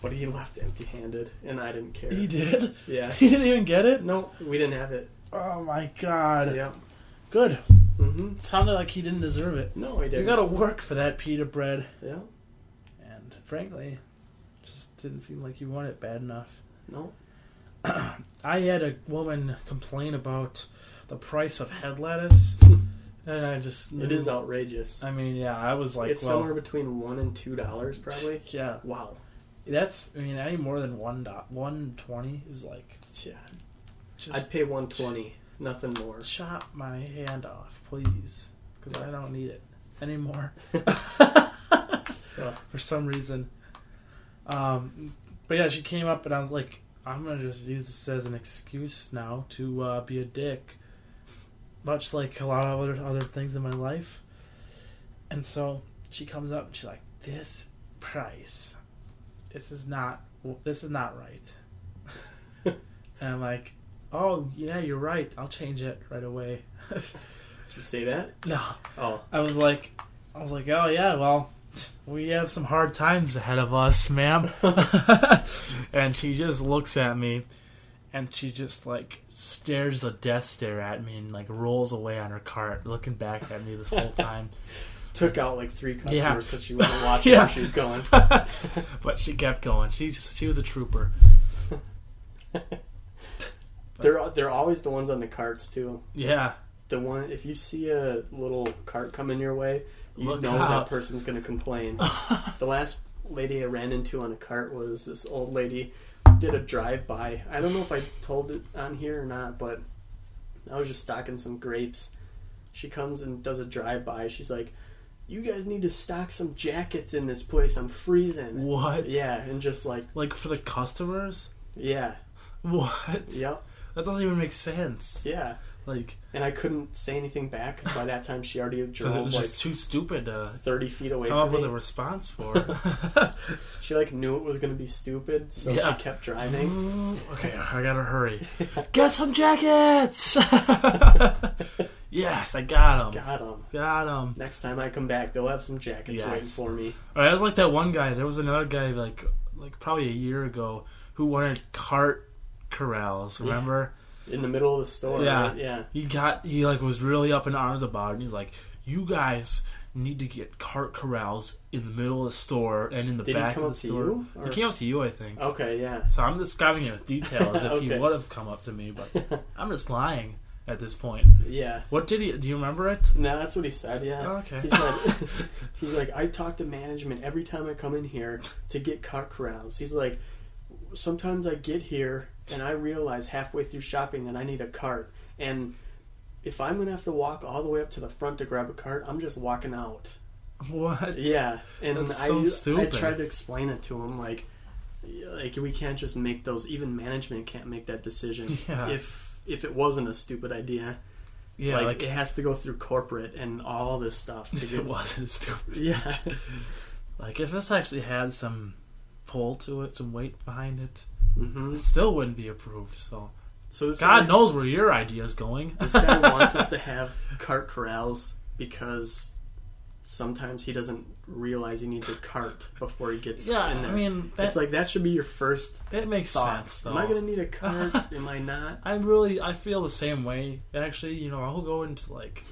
[SPEAKER 1] but he left empty-handed, and I didn't care.
[SPEAKER 3] He did?
[SPEAKER 1] Yeah.
[SPEAKER 3] He didn't even get it?
[SPEAKER 1] No, we didn't have it.
[SPEAKER 3] Oh my god.
[SPEAKER 1] Yeah.
[SPEAKER 3] Good.
[SPEAKER 1] Mm-hmm.
[SPEAKER 3] Sounded like he didn't deserve it.
[SPEAKER 1] No, we didn't.
[SPEAKER 3] You gotta work for that pita bread.
[SPEAKER 1] Yeah.
[SPEAKER 3] And frankly, just didn't seem like you want it bad enough.
[SPEAKER 1] No.
[SPEAKER 3] I had a woman complain about the price of head lettuce, and I just
[SPEAKER 1] It is outrageous.
[SPEAKER 3] I mean, yeah, I was like,
[SPEAKER 1] it's
[SPEAKER 3] well,
[SPEAKER 1] somewhere between one and two dollars, probably.
[SPEAKER 3] yeah,
[SPEAKER 1] Wow.
[SPEAKER 3] that's. I mean, any more than one dot one twenty is like
[SPEAKER 1] Yeah.
[SPEAKER 3] just
[SPEAKER 1] I'd pay one twenty. Nothing more.
[SPEAKER 3] chop my hand off, please, because I don't need it anymore.
[SPEAKER 1] So,
[SPEAKER 3] for some reason. Um, but yeah, she came up and I was like, I'm gonna just use this as an excuse now to uh, be a dick, much like a lot of other other things in my life. And so she comes up and she's like, "This price, this is not this is not right." and I'm like, "Oh yeah, you're right. I'll change it right away."
[SPEAKER 1] did you say that?
[SPEAKER 3] no,
[SPEAKER 1] Oh,
[SPEAKER 3] I was like, I was like, oh yeah, well, we have some hard times ahead of us, ma'am. and she just looks at me, and she just like stares a death stare at me, and like rolls away on her cart, looking back at me this whole time.
[SPEAKER 1] took out like three
[SPEAKER 3] Yeah.
[SPEAKER 1] customers because she wasn't watching
[SPEAKER 3] Yeah.
[SPEAKER 1] where she was going.
[SPEAKER 3] but she kept going. She just, she was a trooper.
[SPEAKER 1] They're they're always the ones on the carts too.
[SPEAKER 3] Yeah,
[SPEAKER 1] The one if you see a little cart coming your way, you
[SPEAKER 3] Look
[SPEAKER 1] know
[SPEAKER 3] out.
[SPEAKER 1] that person's going to complain. the last lady I ran into on a cart was this old lady. Did a drive by. I don't know if I told it on here or not, but I was just stocking some grapes, She comes and does a drive by. She's like, "You guys need to stock some jackets in this place. I'm freezing."
[SPEAKER 3] What?
[SPEAKER 1] Yeah, and just like
[SPEAKER 3] Like for the customers?
[SPEAKER 1] yeah,
[SPEAKER 3] What?
[SPEAKER 1] yep,
[SPEAKER 3] That doesn't even make sense.
[SPEAKER 1] yeah.
[SPEAKER 3] Like,
[SPEAKER 1] And I couldn't say anything back because by that time she already had
[SPEAKER 3] because it
[SPEAKER 1] drove
[SPEAKER 3] was
[SPEAKER 1] like
[SPEAKER 3] just too stupid to
[SPEAKER 1] thirty feet away
[SPEAKER 3] come up
[SPEAKER 1] from
[SPEAKER 3] with
[SPEAKER 1] me.
[SPEAKER 3] a response for. it.
[SPEAKER 1] She like knew it was gonna be stupid, so
[SPEAKER 3] Yeah.
[SPEAKER 1] she kept driving.
[SPEAKER 3] Mm, okay, I gotta hurry. Get some jackets. yes, I got them.
[SPEAKER 1] Got him.
[SPEAKER 3] Got them.
[SPEAKER 1] Next time I come back, they'll have some jackets
[SPEAKER 3] Yes.
[SPEAKER 1] waiting for me.
[SPEAKER 3] All right, I was like that one guy. There was another guy like like probably a year ago who wanted cart corrals. Remember?
[SPEAKER 1] in the middle of the store.
[SPEAKER 3] Yeah.
[SPEAKER 1] right? yeah.
[SPEAKER 3] He got he like was really up in arms about it. And he's like, "You guys need to get cart corrals in the middle of the store and in the
[SPEAKER 1] Did he
[SPEAKER 3] back
[SPEAKER 1] come
[SPEAKER 3] of
[SPEAKER 1] up
[SPEAKER 3] the
[SPEAKER 1] to
[SPEAKER 3] store."
[SPEAKER 1] you, or-
[SPEAKER 3] He came up to you, I think.
[SPEAKER 1] Okay, yeah.
[SPEAKER 3] So I'm describing it with detail as if he
[SPEAKER 1] Okay.
[SPEAKER 3] would have come up to me, but I'm just lying at this point.
[SPEAKER 1] Yeah.
[SPEAKER 3] What did he? Do you remember it?
[SPEAKER 1] No, that's what he said. Yeah.
[SPEAKER 3] Oh, okay.
[SPEAKER 1] He's like, he's like, I talk to management every time I come in here to get cart corrals. He's like, sometimes I get here and I realize halfway through shopping that I need a cart, and if I'm gonna have to walk all the way up to the front to grab a cart, I'm just walking out.
[SPEAKER 3] What?
[SPEAKER 1] Yeah, and
[SPEAKER 3] That's
[SPEAKER 1] I
[SPEAKER 3] so
[SPEAKER 1] I
[SPEAKER 3] stupid.
[SPEAKER 1] tried to explain it to him like like we can't just make those even management can't make that decision
[SPEAKER 3] Yeah.
[SPEAKER 1] if if it wasn't a stupid idea
[SPEAKER 3] Yeah,
[SPEAKER 1] like,
[SPEAKER 3] like,
[SPEAKER 1] it has to go through corporate and all this stuff to
[SPEAKER 3] if
[SPEAKER 1] get
[SPEAKER 3] it wasn't stupid.
[SPEAKER 1] yeah
[SPEAKER 3] Like if this actually had some pull to it, some weight behind it,
[SPEAKER 1] hmm
[SPEAKER 3] it still wouldn't be approved. So
[SPEAKER 1] so this guy,
[SPEAKER 3] God knows where your idea is going.
[SPEAKER 1] this guy wants us to have cart corrals because sometimes he doesn't realize he needs a cart before he gets
[SPEAKER 3] yeah,
[SPEAKER 1] in there
[SPEAKER 3] I mean that
[SPEAKER 1] it's like that should be your first
[SPEAKER 3] it makes
[SPEAKER 1] thought
[SPEAKER 3] sense though.
[SPEAKER 1] am i gonna need a cart am i not
[SPEAKER 3] I really I feel the same way. Actually, you know, I'll go into like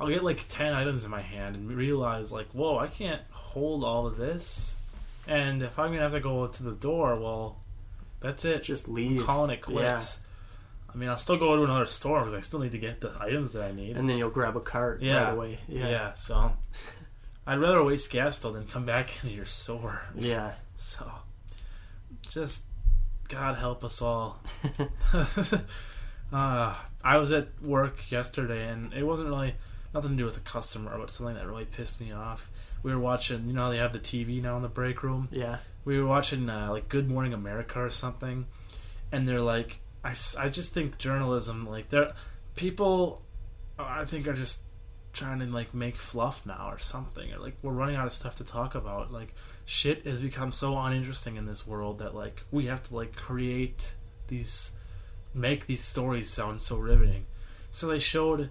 [SPEAKER 3] I'll get like ten items in my hand and realize like, whoa, I can't hold all of this. And if I'm gonna have to go to the door, well, that's it.
[SPEAKER 1] just leave
[SPEAKER 3] calling it quits. I mean, I'll still go to another store because I still need to get the items that I need.
[SPEAKER 1] and then you'll grab a cart
[SPEAKER 3] Yeah.
[SPEAKER 1] right away.
[SPEAKER 3] yeah.
[SPEAKER 1] Yeah.
[SPEAKER 3] so I'd rather waste gas still than come back into your store.
[SPEAKER 1] Yeah.
[SPEAKER 3] So just God help us all. uh, I was at work yesterday and it wasn't really nothing to do with a customer, but something that really pissed me off. We were watching, you know, how they have the TV now in the break room
[SPEAKER 1] Yeah.
[SPEAKER 3] we were watching uh, like Good Morning America or something, and they're like, I, s- I just think journalism like they're people, uh, I think are just trying to like make fluff now or something or like we're running out of stuff to talk about. Like shit has become so uninteresting in this world that like we have to like create these, make these stories sound so riveting. So they showed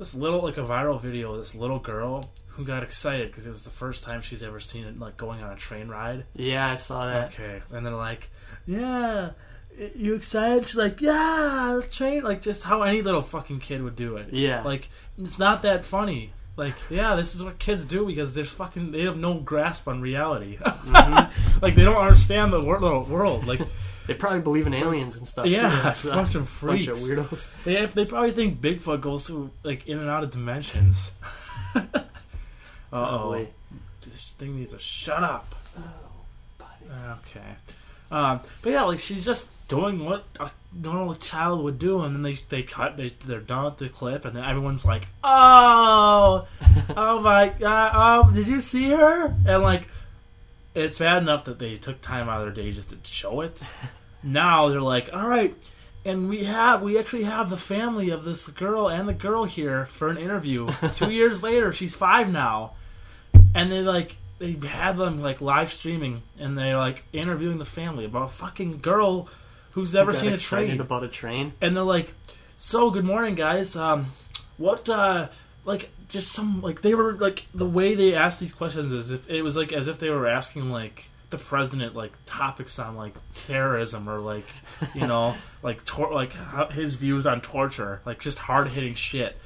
[SPEAKER 3] this little like a viral video of this little girl who got excited because it was the first time she's ever seen it like going on a train ride
[SPEAKER 1] Yeah, I saw that.
[SPEAKER 3] Okay. And they're like, yeah, you excited? She's like, yeah, train. Like, just how any little fucking kid would do it.
[SPEAKER 1] Yeah.
[SPEAKER 3] Like, it's not that funny. Like, yeah, this is what kids do because they're fucking, they have no grasp on reality. like, they don't understand the wor- little world. Like,
[SPEAKER 1] Mm-hmm. They probably believe in aliens and stuff.
[SPEAKER 3] yeah,
[SPEAKER 1] too, so-
[SPEAKER 3] bunch of
[SPEAKER 1] bunch
[SPEAKER 3] freaks.
[SPEAKER 1] of weirdos.
[SPEAKER 3] They, they probably think Bigfoot goes through, like, in and out of dimensions. Uh-oh.
[SPEAKER 1] Probably.
[SPEAKER 3] This thing needs to shut up.
[SPEAKER 1] buddy.
[SPEAKER 3] Okay. Um, but yeah, like she's just doing what a normal child would do, and then they they cut they they're done with the clip, and then everyone's like, "Oh, oh my god! Oh, did you see her?" And like, it's bad enough that they took time out of their day just to show it. Now they're like, "All right." And we have we actually have the family of this girl and the girl here for an interview. Two years later, she's five now and they like they had them like live streaming and they're like interviewing the family about a fucking girl who's never
[SPEAKER 1] Got
[SPEAKER 3] seen a
[SPEAKER 1] excited
[SPEAKER 3] train
[SPEAKER 1] about a train.
[SPEAKER 3] and they're like so good morning guys um what uh like just some like they were like the way they asked these questions is if it was like as if they were asking like the president like topics on like terrorism or like you know like tor- like how- his views on torture like just hard hitting shit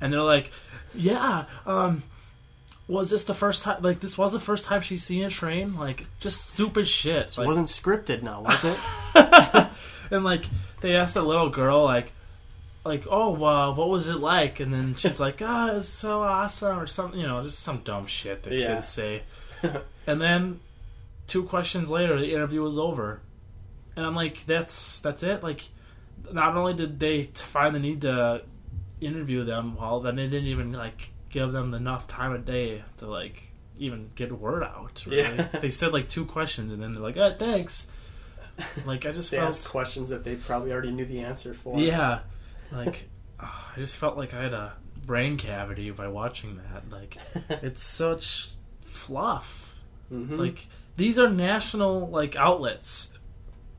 [SPEAKER 3] and they're like yeah um was this the first time like this was the first time she seen a train like just stupid shit
[SPEAKER 1] It
[SPEAKER 3] like,
[SPEAKER 1] wasn't scripted now, was it?
[SPEAKER 3] and like they asked the little girl like like oh uh, what was it like and then she's like ah it's so awesome or something you know just some dumb shit that
[SPEAKER 1] Yeah.
[SPEAKER 3] kids say and then two questions later the interview was over and i'm like that's that's it like not only did they t- find the need to interview them while then they didn't even like give them enough time a day to like even get word out. Really.
[SPEAKER 1] Yeah.
[SPEAKER 3] they said like two questions and then they're like, "Ah, thanks." Like I just
[SPEAKER 1] They
[SPEAKER 3] felt
[SPEAKER 1] asked questions that they probably already knew the answer for.
[SPEAKER 3] yeah, like ah, I just felt like I had a brain cavity by watching that. Like it's such fluff.
[SPEAKER 1] Mhm.
[SPEAKER 3] Like these are national like outlets.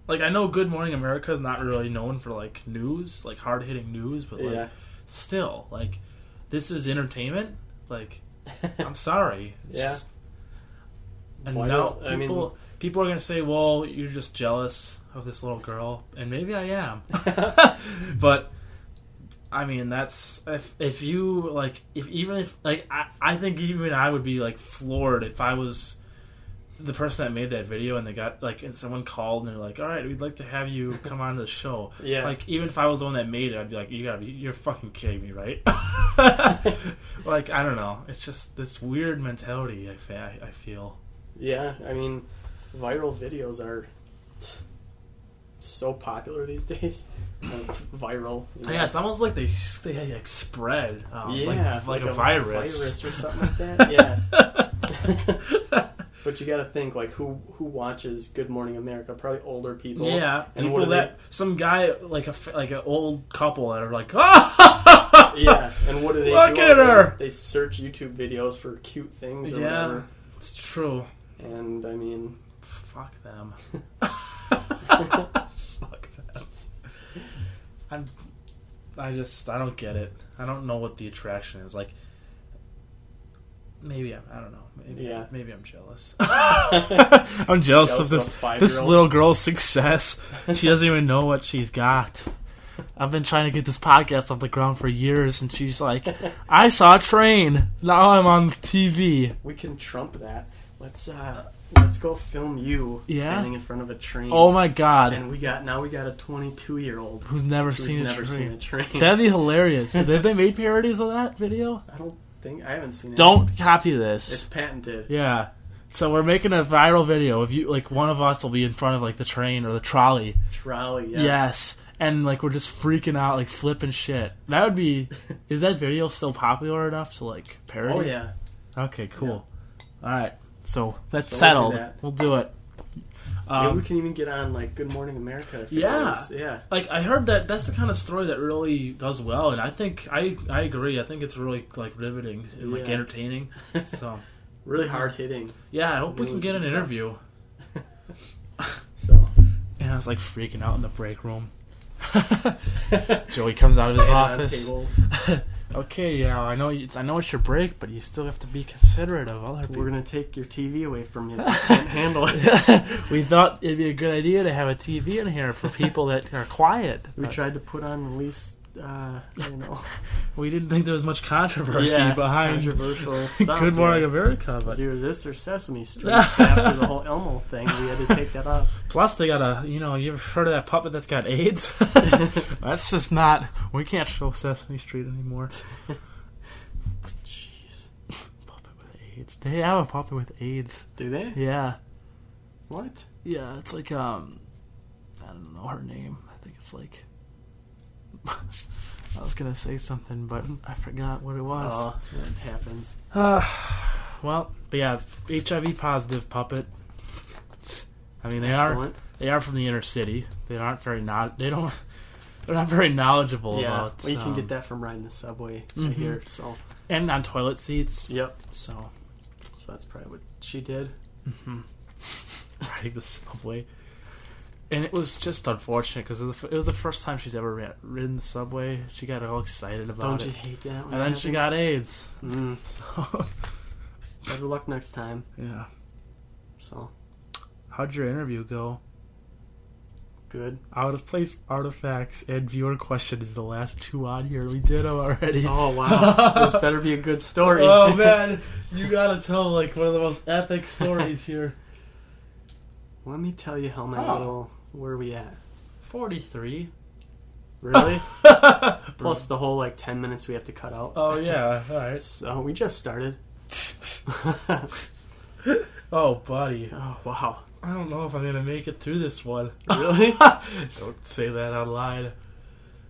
[SPEAKER 3] Like I know Good Morning America is not really known for like news, like hard hitting news, but like
[SPEAKER 1] yeah.
[SPEAKER 3] still, like this is entertainment. Like I'm sorry, it's
[SPEAKER 1] Yeah.
[SPEAKER 3] just and
[SPEAKER 1] Why
[SPEAKER 3] now
[SPEAKER 1] don't- I mean-
[SPEAKER 3] people people are gonna say, "Well, you're just jealous of this little girl," and maybe I am, but I mean that's if if you like if even if like I, I think even I would be like floored if I was the person that made that video and they got like and someone called and they're like, "All right, we'd like to have you come on to the show."
[SPEAKER 1] yeah.
[SPEAKER 3] Like even if I was the one that made it, I'd be like, "You gotta be, you're fucking kidding me, right?" like I don't know. It's just this weird mentality. I fe- I I feel.
[SPEAKER 1] yeah. I mean, viral videos are so popular these days. Like, viral. you know.
[SPEAKER 3] Oh, Yeah, it's almost like they s- they like spread, um, like-
[SPEAKER 1] Yeah,
[SPEAKER 3] like, a, virus.
[SPEAKER 1] virus or something like that. Yeah.
[SPEAKER 3] yeah.
[SPEAKER 1] But you got to think like who who watches Good Morning America? Probably older people.
[SPEAKER 3] Yeah,
[SPEAKER 1] And
[SPEAKER 3] people
[SPEAKER 1] what do
[SPEAKER 3] that some guy like a f- like an old couple that are like, ah,
[SPEAKER 1] they, yeah. And what do they
[SPEAKER 3] Look
[SPEAKER 1] do
[SPEAKER 3] at
[SPEAKER 1] out there?
[SPEAKER 3] her!
[SPEAKER 1] They search YouTube videos for cute things or
[SPEAKER 3] Yeah.
[SPEAKER 1] whatever.
[SPEAKER 3] it's true.
[SPEAKER 1] And I mean,
[SPEAKER 3] Fuck them. Fuck them. I'm. I just. I don't get it. I don't know what the attraction is. Like. Maybe I'm. I don't know. Maybe.
[SPEAKER 1] Yeah.
[SPEAKER 3] Maybe I'm jealous. I'm jealous,
[SPEAKER 1] Jealous
[SPEAKER 3] of
[SPEAKER 1] of
[SPEAKER 3] this
[SPEAKER 1] a five-year-old?
[SPEAKER 3] this little girl's success. She doesn't even know what she's got. I've been trying to get this podcast off the ground for years, and she's like, "I saw a train. Now I'm on TV."
[SPEAKER 1] we can trump that. Let's uh, let's go film you
[SPEAKER 3] Yeah?
[SPEAKER 1] standing in front of a train.
[SPEAKER 3] Oh my god!
[SPEAKER 1] And we got now we got a 22 year old
[SPEAKER 3] Who's never
[SPEAKER 1] who's
[SPEAKER 3] seen
[SPEAKER 1] never
[SPEAKER 3] a train?
[SPEAKER 1] seen a train.
[SPEAKER 3] That'd be hilarious. Have they made parodies of that video?
[SPEAKER 1] I don't think I haven't seen it.
[SPEAKER 3] Don't copy
[SPEAKER 1] It's
[SPEAKER 3] this.
[SPEAKER 1] patented.
[SPEAKER 3] Yeah. So we're making a viral video. If you like, one of us will be in front of like the train or the trolley.
[SPEAKER 1] Trolley. Yeah.
[SPEAKER 3] Yes. And like we're just freaking out, like flipping shit. That would be. Is that video still popular enough to like parody?
[SPEAKER 1] Oh yeah.
[SPEAKER 3] Okay. Cool. All right. So that's
[SPEAKER 1] So we'll do
[SPEAKER 3] settled. We'll do,
[SPEAKER 1] that.
[SPEAKER 3] it.
[SPEAKER 1] Maybe
[SPEAKER 3] Um,
[SPEAKER 1] we can even get on like Good Morning America. If it
[SPEAKER 3] Yeah.
[SPEAKER 1] was- yeah.
[SPEAKER 3] like I heard that that's the kind of story that really does well, and I think I I agree. I think it's really like riveting and like
[SPEAKER 1] Yeah.
[SPEAKER 3] entertaining. So
[SPEAKER 1] Really hard hitting.
[SPEAKER 3] yeah, I hope we can
[SPEAKER 1] News
[SPEAKER 3] get an
[SPEAKER 1] and stuff.
[SPEAKER 3] interview.
[SPEAKER 1] So
[SPEAKER 3] And I was like freaking out in the break room. Joey comes out of his
[SPEAKER 1] standing on
[SPEAKER 3] office.
[SPEAKER 1] tables.
[SPEAKER 3] Okay, yeah, I know. It's, I know it's your break, but you still have to be considerate of other people.
[SPEAKER 1] We're gonna take your TV away from you. If you can't handle it.
[SPEAKER 3] we thought it'd be a good idea to have a TV in here for people that are quiet.
[SPEAKER 1] We
[SPEAKER 3] but
[SPEAKER 1] tried to put on the least. Uh, you know,
[SPEAKER 3] we didn't think there was much controversy
[SPEAKER 1] yeah,
[SPEAKER 3] behind
[SPEAKER 1] controversial stuff.
[SPEAKER 3] Good Morning
[SPEAKER 1] here.
[SPEAKER 3] America, but
[SPEAKER 1] Either this or Sesame Street. After the whole Elmo thing, we had to take that off.
[SPEAKER 3] plus they got a you know you ever heard of that puppet that's got AIDS? that's just not. We can't show Sesame Street anymore.
[SPEAKER 1] Jeez.
[SPEAKER 3] Puppet with AIDS. They have a puppet with AIDS.
[SPEAKER 1] Do they?
[SPEAKER 3] Yeah.
[SPEAKER 1] What?
[SPEAKER 3] Yeah, it's like um, I don't know her name. I think it's like I was gonna say something, but I forgot what it was.
[SPEAKER 1] Oh, that happens.
[SPEAKER 3] Uh, well, but yeah, HIV positive puppet. I mean, they are
[SPEAKER 1] Excellent.
[SPEAKER 3] they are from the inner city. They aren't very not they don't they're not very knowledgeable
[SPEAKER 1] yeah,
[SPEAKER 3] about.
[SPEAKER 1] well, you can
[SPEAKER 3] um,
[SPEAKER 1] get that from riding the subway
[SPEAKER 3] Mhm.
[SPEAKER 1] right here. So,
[SPEAKER 3] and on toilet seats.
[SPEAKER 1] yep.
[SPEAKER 3] So
[SPEAKER 1] So that's probably what she did.
[SPEAKER 3] riding Mm-hmm. the subway. And it was just unfortunate because it was the first time she's ever ri- ridden the subway. She got all excited about
[SPEAKER 1] Don't you
[SPEAKER 3] it,
[SPEAKER 1] hate that? When
[SPEAKER 3] and then she got AIDS.
[SPEAKER 1] Mm,
[SPEAKER 3] So
[SPEAKER 1] better luck next time.
[SPEAKER 3] yeah,
[SPEAKER 1] So
[SPEAKER 3] how'd your interview go?
[SPEAKER 1] good.
[SPEAKER 3] Out of place artifacts and viewer question is the last two on here. We did them already.
[SPEAKER 1] Oh wow, this better be a good story.
[SPEAKER 3] Oh, man, you gotta tell like one of the most epic stories here.
[SPEAKER 1] Let me tell you how my
[SPEAKER 3] Oh.
[SPEAKER 1] little where we at.
[SPEAKER 3] Forty three.
[SPEAKER 1] Really? Plus
[SPEAKER 3] Plus,
[SPEAKER 1] the whole like ten minutes we have to cut out.
[SPEAKER 3] oh yeah, all right.
[SPEAKER 1] So we just started. oh
[SPEAKER 3] Oh buddy,
[SPEAKER 1] wow.
[SPEAKER 3] I don't know if I'm gonna make it through this one.
[SPEAKER 1] Really?
[SPEAKER 3] Don't say that online.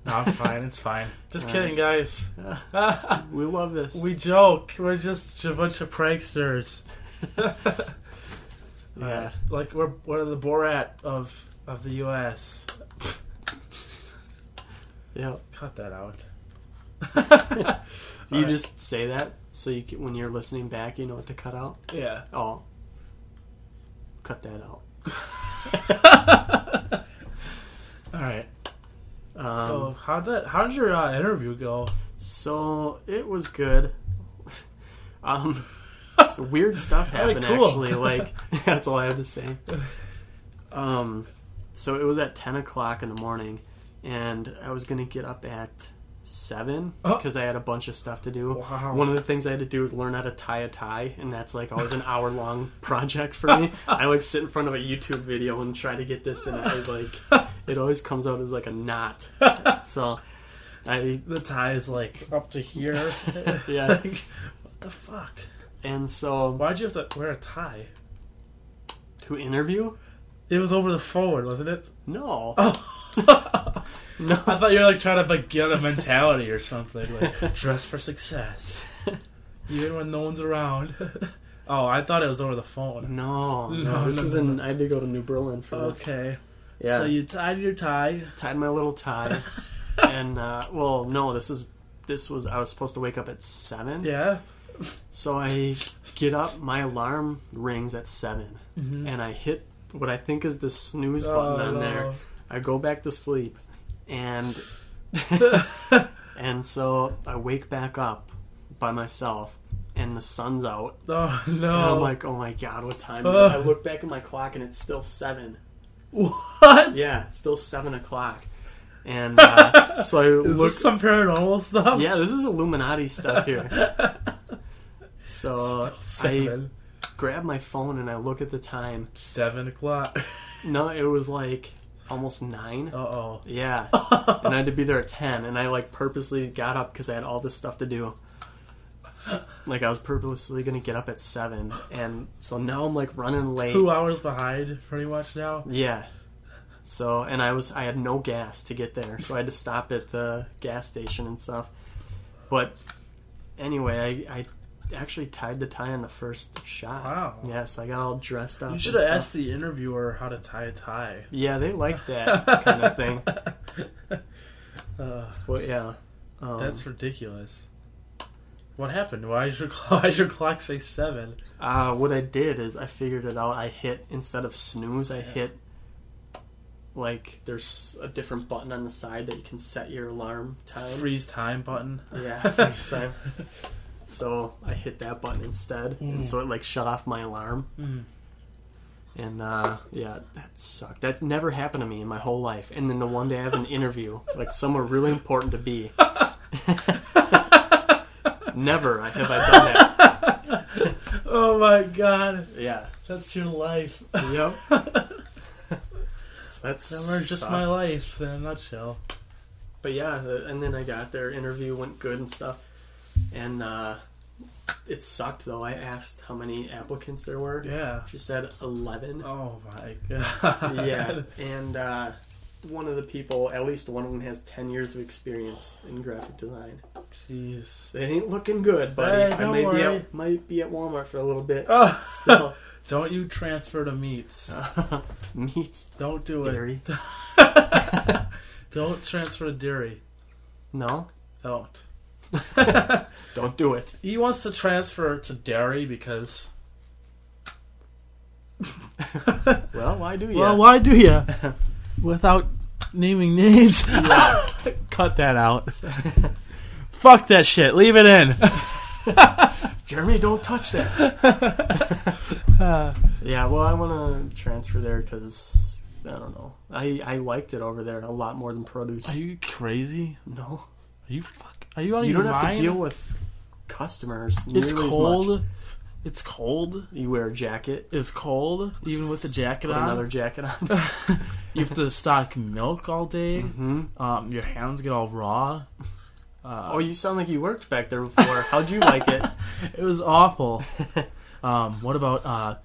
[SPEAKER 3] No, I'm fine. It's fine. Just
[SPEAKER 1] All
[SPEAKER 3] kidding, guys.
[SPEAKER 1] we love this.
[SPEAKER 3] we joke. We're just a bunch of pranksters.
[SPEAKER 1] yeah.
[SPEAKER 3] Like we're we're the Borat of of the U.S.
[SPEAKER 1] Yeah.
[SPEAKER 3] Cut that out.
[SPEAKER 1] You
[SPEAKER 3] All right.
[SPEAKER 1] just say that so you can, when you're listening back, you know what to cut out.
[SPEAKER 3] yeah.
[SPEAKER 1] Oh, cut that out.
[SPEAKER 3] All right.
[SPEAKER 1] Um,
[SPEAKER 3] so
[SPEAKER 1] so,
[SPEAKER 3] how'd that? How'd your uh, interview go?
[SPEAKER 1] it was good. Um, so weird stuff
[SPEAKER 3] All right,
[SPEAKER 1] happened
[SPEAKER 3] cool.
[SPEAKER 1] actually. Like that's all I have to say. Um, so it was at ten o'clock in the morning, and I was gonna get up at seven
[SPEAKER 3] Oh.
[SPEAKER 1] because I had a bunch of stuff to do.
[SPEAKER 3] Wow.
[SPEAKER 1] One of the things I had to do was learn how to tie a tie, and that's like always an hour long project for me. I like sit in front of a YouTube video and try to get this, and I like it always comes out as like a knot. So I
[SPEAKER 3] The tie is like up to here.
[SPEAKER 1] Yeah.
[SPEAKER 3] Like, what the fuck?
[SPEAKER 1] and so
[SPEAKER 3] Why'd you have to wear a tie?
[SPEAKER 1] to interview.
[SPEAKER 3] It was over the forward, wasn't it?
[SPEAKER 1] No,
[SPEAKER 3] Oh.
[SPEAKER 1] no,
[SPEAKER 3] I thought you were like trying to like get a mentality or something, like dress for success, even when no one's around. oh, I thought it was over the
[SPEAKER 1] Mm-hmm.
[SPEAKER 3] phone.
[SPEAKER 1] no,
[SPEAKER 3] No,
[SPEAKER 1] no. This
[SPEAKER 3] no,
[SPEAKER 1] is
[SPEAKER 3] no,
[SPEAKER 1] in. I had to go to New Berlin for this.
[SPEAKER 3] Okay,
[SPEAKER 1] Yeah.
[SPEAKER 3] so you tied your tie.
[SPEAKER 1] tied my little tie, and uh, well, no, this is this was I was supposed to wake up at seven.
[SPEAKER 3] Yeah.
[SPEAKER 1] So I get up, my alarm rings at 7 and I hit what I think is the snooze button
[SPEAKER 3] Mm. Mm-hmm. Oh,
[SPEAKER 1] on
[SPEAKER 3] no.
[SPEAKER 1] there. I go back to sleep, and and so I wake back up by myself, and the sun's out.
[SPEAKER 3] Oh
[SPEAKER 1] And I'm
[SPEAKER 3] no!
[SPEAKER 1] like, oh my god, what time is
[SPEAKER 3] Ugh.
[SPEAKER 1] it? I look back at my clock, and it's still seven.
[SPEAKER 3] what?
[SPEAKER 1] Yeah, it's still seven o'clock. And uh, so I
[SPEAKER 3] Is
[SPEAKER 1] look.
[SPEAKER 3] this some paranormal stuff?
[SPEAKER 1] Yeah, this is Illuminati stuff here.
[SPEAKER 3] Uh,
[SPEAKER 1] So I
[SPEAKER 3] Seven.
[SPEAKER 1] grab my phone and I look at the time.
[SPEAKER 3] Seven o'clock.
[SPEAKER 1] No, it was like almost nine.
[SPEAKER 3] Uh oh.
[SPEAKER 1] Yeah, and I had to be there at ten. And I like purposely got up because I had all this stuff to do. Like I was purposely gonna get up at seven, and so now I'm like running late.
[SPEAKER 3] Two hours behind, pretty much now.
[SPEAKER 1] Yeah. So and I was I had no gas to get there, so I had to stop at the gas station and stuff. But anyway, I, I actually tied the tie on the first shot.
[SPEAKER 3] Wow.
[SPEAKER 1] Yeah, so I got all dressed up.
[SPEAKER 3] You
[SPEAKER 1] and
[SPEAKER 3] should have
[SPEAKER 1] stuff.
[SPEAKER 3] asked the interviewer how to tie a tie.
[SPEAKER 1] Yeah, they like that kind of thing.
[SPEAKER 3] Uh,
[SPEAKER 1] But yeah. Um,
[SPEAKER 3] That's ridiculous. What happened? Why is your clock, why is your clock say seven?
[SPEAKER 1] uh, what I did is I figured it out. I hit instead of snooze, I hit like there's a different button on the side that you can set your alarm time.
[SPEAKER 3] Freeze time button.
[SPEAKER 1] Yeah, freeze time. So I hit that button instead,
[SPEAKER 3] Mm.
[SPEAKER 1] and so it like shut off my alarm.
[SPEAKER 3] Mm.
[SPEAKER 1] And uh, yeah, that sucked. That's never happened to me in my whole life. And then the one day I have an interview, like somewhere really important to be. never have I done that.
[SPEAKER 3] oh my god,
[SPEAKER 1] Yeah.
[SPEAKER 3] that's your life.
[SPEAKER 1] Yep. So that's
[SPEAKER 3] Summer just my
[SPEAKER 1] life.
[SPEAKER 3] life in a nutshell.
[SPEAKER 1] But yeah, the, and then I got there. Interview went good and stuff. And uh, it sucked though. I asked how many applicants there were.
[SPEAKER 3] Yeah.
[SPEAKER 1] She said eleven.
[SPEAKER 3] Oh my god.
[SPEAKER 1] yeah, and uh, one of the people, at least one of them, has ten years of experience in graphic design.
[SPEAKER 3] Jeez.
[SPEAKER 1] They ain't looking good, buddy.
[SPEAKER 3] Hey,
[SPEAKER 1] I
[SPEAKER 3] don't
[SPEAKER 1] may be
[SPEAKER 3] worry.
[SPEAKER 1] at, might be at Walmart for a little bit.
[SPEAKER 3] Oh.
[SPEAKER 1] Still,
[SPEAKER 3] Don't you transfer to meats.
[SPEAKER 1] meats,
[SPEAKER 3] Don't do it.
[SPEAKER 1] dairy.
[SPEAKER 3] Don't transfer to dairy.
[SPEAKER 1] No,
[SPEAKER 3] Don't.
[SPEAKER 1] don't do it.
[SPEAKER 3] He wants to transfer to dairy because
[SPEAKER 1] Well, why do you?
[SPEAKER 3] Well, why do you? Without naming names. Cut that out. Fuck that shit. Leave it in.
[SPEAKER 1] Jeremy, don't touch that. yeah, well, I want to transfer there because I don't know. I I liked it over there a lot more than produce.
[SPEAKER 3] Are you crazy?
[SPEAKER 1] no,
[SPEAKER 3] Are you fuck? Are you out of
[SPEAKER 1] you
[SPEAKER 3] your
[SPEAKER 1] don't have
[SPEAKER 3] mind?
[SPEAKER 1] to deal with customers.
[SPEAKER 3] It's
[SPEAKER 1] nearly as much.
[SPEAKER 3] cold. It's cold.
[SPEAKER 1] You wear a jacket,
[SPEAKER 3] It's cold. Even with the jacket
[SPEAKER 1] put
[SPEAKER 3] on,
[SPEAKER 1] another jacket on.
[SPEAKER 3] you have to stock milk all day.
[SPEAKER 1] hmm
[SPEAKER 3] Um, your hands get all raw. Uh,
[SPEAKER 1] Oh, you sound like you worked back there before. How'd you like it?
[SPEAKER 3] It was awful. um, what about uh,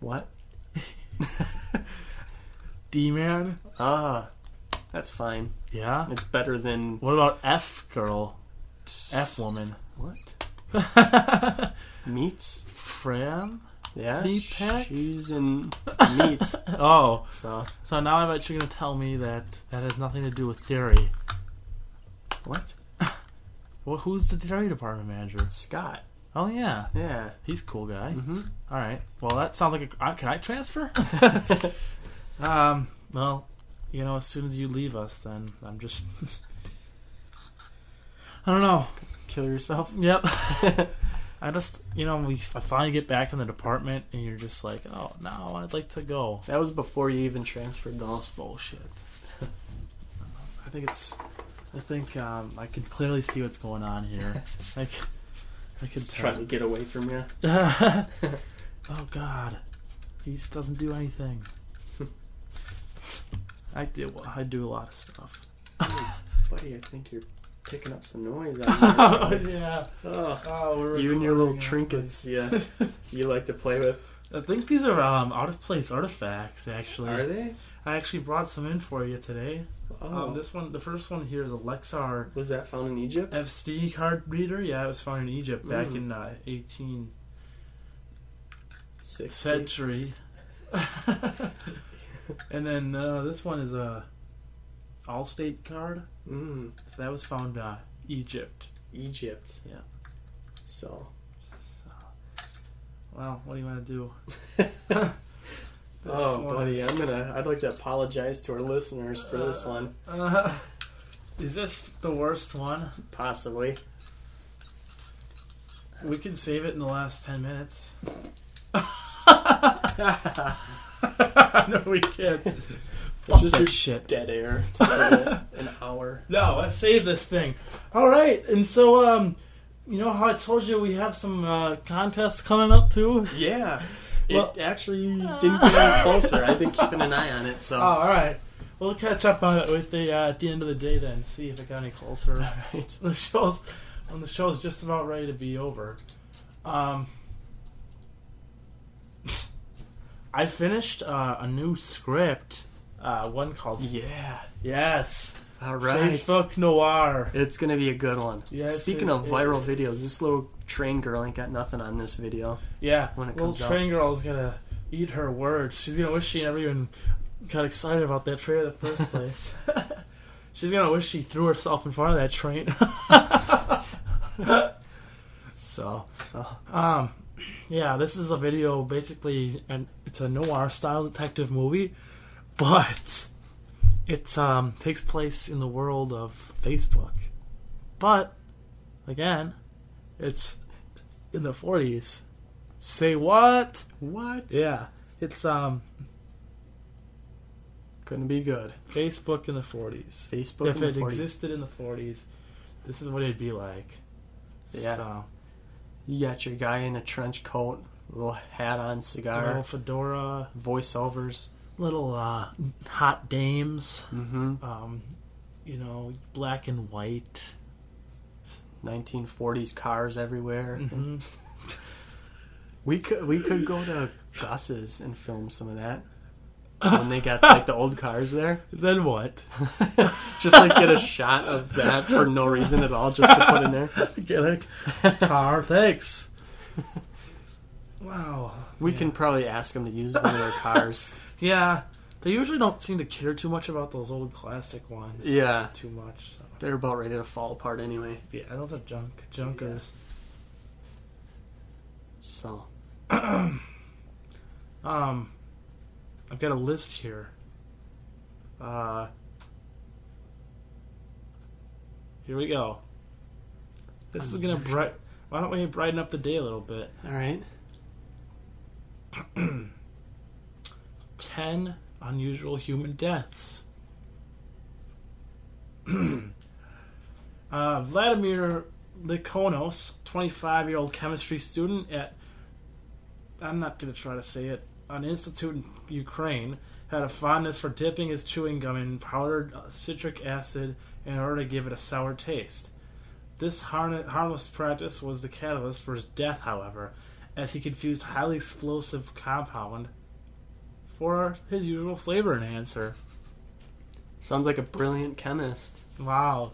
[SPEAKER 1] What?
[SPEAKER 3] D man?
[SPEAKER 1] Ah, That's fine.
[SPEAKER 3] Yeah.
[SPEAKER 1] It's better than
[SPEAKER 3] What about F girl? F woman.
[SPEAKER 1] what?
[SPEAKER 3] Pram?
[SPEAKER 1] Meats? Yeah.
[SPEAKER 3] Meat pack?
[SPEAKER 1] She's in meats.
[SPEAKER 3] Oh,
[SPEAKER 1] So
[SPEAKER 3] so now I'm actually going to tell me that that has nothing to do with theory.
[SPEAKER 1] what?
[SPEAKER 3] Well, who's the dairy department manager?
[SPEAKER 1] Scott.
[SPEAKER 3] Oh yeah,
[SPEAKER 1] Yeah.
[SPEAKER 3] he's a cool guy.
[SPEAKER 1] Mm-hmm.
[SPEAKER 3] All right. Well, that sounds like a. uh, Can I transfer?
[SPEAKER 1] mm-hmm.
[SPEAKER 3] um. Well, you know, as soon as you leave us, then I'm just. I don't know.
[SPEAKER 1] Kill yourself.
[SPEAKER 3] Yep. I just, you know, we I finally get back in the department, and you're just like, oh no, I'd like to go.
[SPEAKER 1] That was before you even transferred
[SPEAKER 3] This
[SPEAKER 1] though.
[SPEAKER 3] is bullshit. I think it's. I think um, I can clearly see what's going on here. Like, I can tell.
[SPEAKER 1] Trying to get away from you.
[SPEAKER 3] oh God, he just doesn't do anything. I do. I do a lot of stuff.
[SPEAKER 1] Buddy, I think you're picking up some noise out there.
[SPEAKER 3] yeah.
[SPEAKER 1] oh.
[SPEAKER 3] Oh, we're
[SPEAKER 1] You and your little
[SPEAKER 3] recording
[SPEAKER 1] trinkets, yeah. You like to play with.
[SPEAKER 3] it. I think these are um, out of place artifacts. Actually,
[SPEAKER 1] Are they?
[SPEAKER 3] I actually brought some in for you today.
[SPEAKER 1] Oh,
[SPEAKER 3] Um, this one, the first one here is a Lexar
[SPEAKER 1] was that found in Egypt?
[SPEAKER 3] FSD card reader. Yeah, it was found in Egypt back
[SPEAKER 1] Mm.
[SPEAKER 3] in uh, 18th
[SPEAKER 1] Six.
[SPEAKER 3] century. and then uh, this one is a Allstate card.
[SPEAKER 1] Mm,
[SPEAKER 3] So that was found uh, Egypt.
[SPEAKER 1] Egypt.
[SPEAKER 3] Yeah.
[SPEAKER 1] So.
[SPEAKER 3] Well, what do you want to do? This
[SPEAKER 1] oh,
[SPEAKER 3] one
[SPEAKER 1] buddy,
[SPEAKER 3] is-
[SPEAKER 1] I'm gonna. I'd like to apologize to our listeners for this
[SPEAKER 3] Uh,
[SPEAKER 1] one,
[SPEAKER 3] Uh, is this the worst one?
[SPEAKER 1] possibly.
[SPEAKER 3] We can save it in the last ten minutes. no, we can't.
[SPEAKER 1] It's
[SPEAKER 3] Just
[SPEAKER 1] just
[SPEAKER 3] your
[SPEAKER 1] your
[SPEAKER 3] shit.
[SPEAKER 1] dead air to for an hour.
[SPEAKER 3] No, let's save this thing. All right, and so um, you know how I told you we have some uh, contests coming up too.
[SPEAKER 1] Yeah. It
[SPEAKER 3] Well-
[SPEAKER 1] actually didn't get any closer. I've been keeping an eye on it, so.
[SPEAKER 3] Oh, all right. We'll catch up on it with the uh, at the end of the day then. See if it got any closer. The show's when the show's just about ready to be over. Um, I finished uh, a new script. Uh, one called
[SPEAKER 1] Yeah.
[SPEAKER 3] Yes,
[SPEAKER 1] All right.
[SPEAKER 3] Facebook Noir.
[SPEAKER 1] It's gonna be a good one.
[SPEAKER 3] Yes,
[SPEAKER 1] Speaking
[SPEAKER 3] it-
[SPEAKER 1] of viral videos, this little train girl ain't got nothing on this video.
[SPEAKER 3] Yeah,
[SPEAKER 1] When it
[SPEAKER 3] little
[SPEAKER 1] comes out.
[SPEAKER 3] train girl's gonna eat her words. She's gonna wish she never even got excited about that train in the first place. She's gonna wish she threw herself in front of that train. so,
[SPEAKER 1] So
[SPEAKER 3] um, yeah, this is a video basically, and it's a noir style detective movie, but it um, takes place in the world of Facebook. But again, it's in the forties. Say what?
[SPEAKER 1] what?
[SPEAKER 3] Yeah, it's um
[SPEAKER 1] Gonna be good.
[SPEAKER 3] Facebook in the forties.
[SPEAKER 1] Facebook.
[SPEAKER 3] If
[SPEAKER 1] in the
[SPEAKER 3] it
[SPEAKER 1] 40s.
[SPEAKER 3] existed in the forties, this is what it'd be like.
[SPEAKER 1] Yeah.
[SPEAKER 3] So,
[SPEAKER 1] you got your guy in a trench coat, little hat on, cigar,
[SPEAKER 3] little fedora,
[SPEAKER 1] voiceovers.
[SPEAKER 3] little uh, hot dames.
[SPEAKER 1] Mm-hmm.
[SPEAKER 3] um, you know, black and white.
[SPEAKER 1] 1940s cars everywhere.
[SPEAKER 3] hmm
[SPEAKER 1] We could we could go to Gus's and film some of that when they got like the old cars there.
[SPEAKER 3] then what?
[SPEAKER 1] just like get a shot of that for no reason at all, just to put in there.
[SPEAKER 3] Get a car, thanks. Wow.
[SPEAKER 1] We
[SPEAKER 3] Yeah.
[SPEAKER 1] can probably ask them to use one of their cars.
[SPEAKER 3] Yeah, they usually don't seem to care too much about those old classic ones.
[SPEAKER 1] Yeah.
[SPEAKER 3] too much. So.
[SPEAKER 1] They're about ready to fall apart anyway.
[SPEAKER 3] Yeah, those are junk junkers.
[SPEAKER 1] So
[SPEAKER 3] Um, I've got a list here. Uh, here we go. This is gonna bright. Why don't we brighten up the day a little bit?
[SPEAKER 1] all right,
[SPEAKER 3] Ten unusual human deaths. uh, Vladimir Likonos, 25-year-old chemistry student at I'm not going to try to say it. An institute in Ukraine had a fondness for dipping his chewing gum in powdered uh, citric acid in order to give it a sour taste. This harn- harmless practice was the catalyst for his death, however, as he confused highly explosive compound for his usual flavor enhancer.
[SPEAKER 1] Sounds like a brilliant chemist.
[SPEAKER 3] Wow.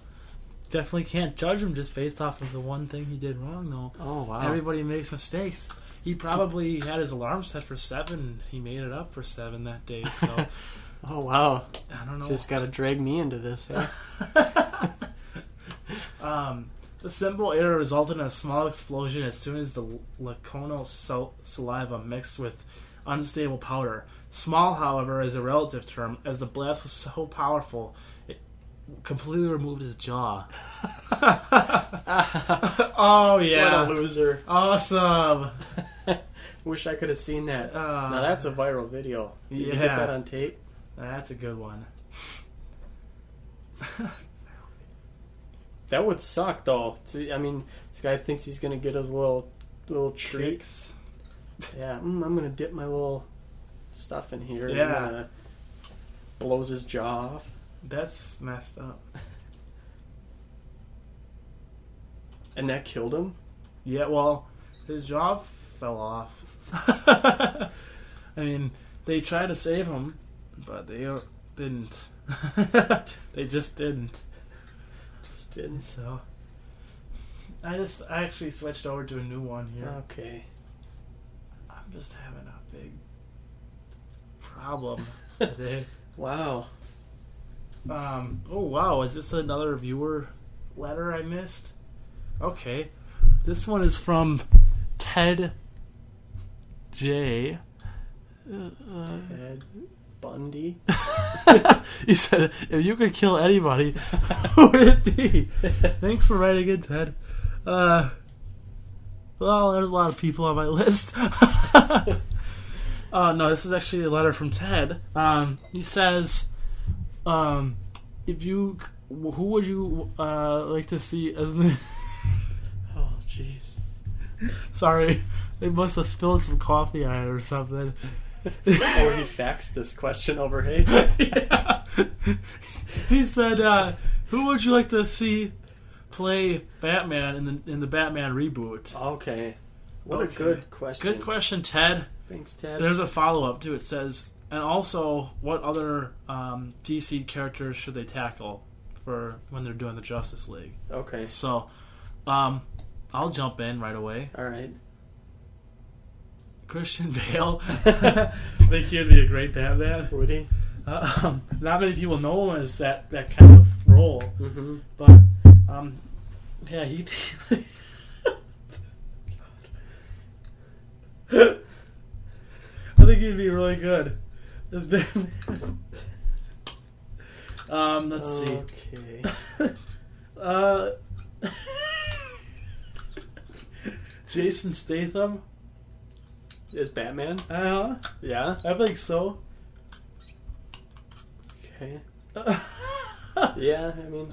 [SPEAKER 3] Definitely can't judge him just based off of the one thing he did wrong, though.
[SPEAKER 1] Oh wow.
[SPEAKER 3] Everybody makes mistakes. He probably had his alarm set for seven. He made it up for seven that day. So
[SPEAKER 1] oh wow.
[SPEAKER 3] I don't know.
[SPEAKER 1] Just got to drag me into this. eh?
[SPEAKER 3] um, the simple error resulted in a small explosion as soon as the laconal sal- saliva mixed with unstable powder. Small, however, is a relative term, as the blast was so powerful it completely removed his jaw. oh
[SPEAKER 1] What a
[SPEAKER 3] yeah,
[SPEAKER 1] loser.
[SPEAKER 3] awesome!
[SPEAKER 1] Wish I could have seen that.
[SPEAKER 3] Uh,
[SPEAKER 1] now that's a viral video. Did you
[SPEAKER 3] yeah.
[SPEAKER 1] get that on tape?
[SPEAKER 3] That's a good one.
[SPEAKER 1] That would suck though. To, I mean, this guy thinks he's gonna get his little little treat.
[SPEAKER 3] Tricks.
[SPEAKER 1] Yeah, mm, I'm gonna dip my little stuff in here. and,
[SPEAKER 3] Yeah.
[SPEAKER 1] uh, blows his jaw off.
[SPEAKER 3] That's messed up.
[SPEAKER 1] And that killed him?
[SPEAKER 3] Yeah, well, his jaw fell off. I mean, they tried to save him, but they uh, didn't. they just didn't.
[SPEAKER 1] Just didn't.
[SPEAKER 3] So, I just I actually switched over to a new one here.
[SPEAKER 1] Okay.
[SPEAKER 3] I'm just having a big problem today.
[SPEAKER 1] Wow.
[SPEAKER 3] Um, oh wow, is this another viewer letter I missed? Okay. This one is from Ted J. Uh, uh,
[SPEAKER 1] Ted Bundy.
[SPEAKER 3] he said, "If you could kill anybody, who would it be?" Thanks for writing in, Ted. Uh, well, there's a lot of people on my list. uh, no, this is actually a letter from Ted. Um, he says, um, "If you, who would you uh, like to see as?" the-
[SPEAKER 1] Oh, jeez.
[SPEAKER 3] Sorry, they must have spilled some coffee on it or something.
[SPEAKER 1] oh, he faxed this question over, hey?
[SPEAKER 3] he said, uh, "Who would you like to see play Batman in the in the Batman reboot?"
[SPEAKER 1] Okay. Oh, What
[SPEAKER 3] Okay.
[SPEAKER 1] a good question.
[SPEAKER 3] Good question, Ted.
[SPEAKER 1] Thanks, Ted.
[SPEAKER 3] There's a follow up too. It says, "And also, what other um, DC characters should they tackle for when they're doing the Justice League?"
[SPEAKER 1] Okay.
[SPEAKER 3] So, um, I'll jump in right away.
[SPEAKER 1] All right.
[SPEAKER 3] Christian Bale. I think he'd be a great Batman.
[SPEAKER 1] Woody?
[SPEAKER 3] Uh, um, not many people know him as that, that kind of role.
[SPEAKER 1] Mm-hmm.
[SPEAKER 3] But um, yeah, he. I think he'd be really good. It's been. um, let's
[SPEAKER 1] Okay.
[SPEAKER 3] see. uh, Jason Statham.
[SPEAKER 1] Is Batman?
[SPEAKER 3] Uh huh.
[SPEAKER 1] Yeah.
[SPEAKER 3] I think so.
[SPEAKER 1] Okay.
[SPEAKER 3] uh,
[SPEAKER 1] Yeah, I mean,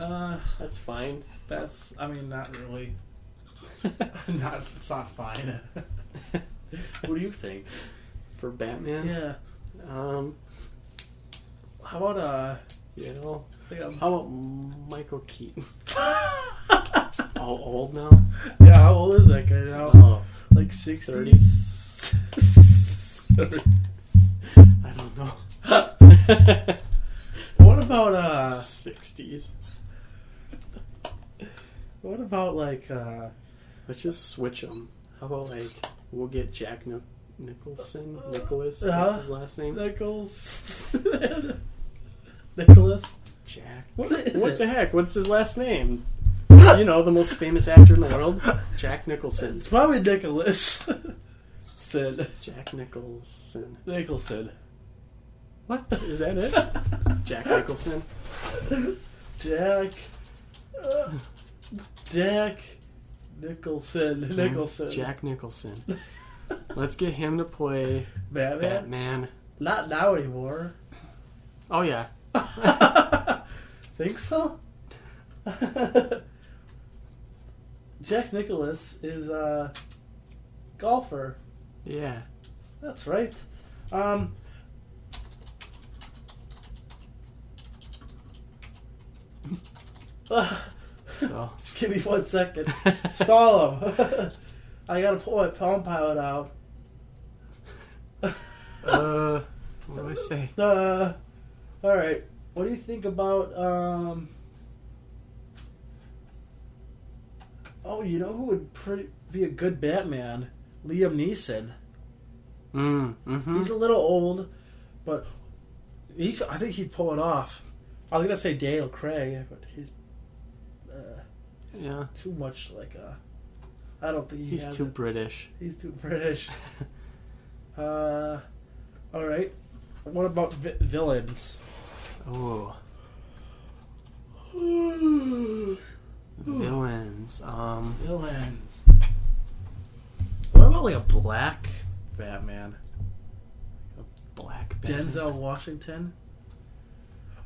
[SPEAKER 1] that's fine.
[SPEAKER 3] that's. I mean, not really. not. It's not fine. what do you think?
[SPEAKER 1] For Batman?
[SPEAKER 3] Yeah.
[SPEAKER 1] Um,
[SPEAKER 3] How about uh?
[SPEAKER 1] you know,
[SPEAKER 3] I think I'm-
[SPEAKER 1] how about Michael Keaton?
[SPEAKER 3] yeah,
[SPEAKER 1] All old now?
[SPEAKER 3] how old is that guy now?
[SPEAKER 1] Oh,
[SPEAKER 3] Like sixty.
[SPEAKER 1] I don't know.
[SPEAKER 3] what about uh?
[SPEAKER 1] 60s.
[SPEAKER 3] What about like uh?
[SPEAKER 1] Let's just switch them. How about, like, we'll get Jack Nich- Nicholson? Nicholas?
[SPEAKER 3] Uh-huh.
[SPEAKER 1] That's his last name?
[SPEAKER 3] Nichols. Nicholas.
[SPEAKER 1] Jack.
[SPEAKER 3] What is
[SPEAKER 1] what
[SPEAKER 3] it?
[SPEAKER 1] the heck? What's his last name? you know, the most famous actor in the world? Jack Nicholson.
[SPEAKER 3] It's probably Nicholas. Sid.
[SPEAKER 1] Jack Nicholson.
[SPEAKER 3] Nicholson.
[SPEAKER 1] What? the- Is that it? Jack Nicholson?
[SPEAKER 3] Jack. uh, Jack Nicholson. Nicholson.
[SPEAKER 1] Hmm? Jack Nicholson. Let's get him to play
[SPEAKER 3] Batman?
[SPEAKER 1] Batman.
[SPEAKER 3] Not now anymore.
[SPEAKER 1] Oh, yeah.
[SPEAKER 3] Think so? Jack Nicholas is a golfer.
[SPEAKER 1] Yeah.
[SPEAKER 3] That's right. Um,
[SPEAKER 1] So.
[SPEAKER 3] just give me one second. Stall him. I gotta pull my Palm Pilot out.
[SPEAKER 1] uh, what do I say?
[SPEAKER 3] Uh, all right. What do you think about? Um, oh, you know who would pretty, be a good Batman? Liam Neeson.
[SPEAKER 1] Mm, hmm
[SPEAKER 3] He's a little old, but he, c- I think he'd pull it off. I was gonna say Daniel Craig, but he's uh,
[SPEAKER 1] yeah.
[SPEAKER 3] too much like a. I don't think he
[SPEAKER 1] He's
[SPEAKER 3] has
[SPEAKER 1] too
[SPEAKER 3] it.
[SPEAKER 1] British.
[SPEAKER 3] He's too British. Uh, all right. What about vi- villains?
[SPEAKER 1] oh,
[SPEAKER 3] villains.
[SPEAKER 1] villains. Um,
[SPEAKER 3] What about like a black Batman?
[SPEAKER 1] Black Batman.
[SPEAKER 3] Denzel Washington.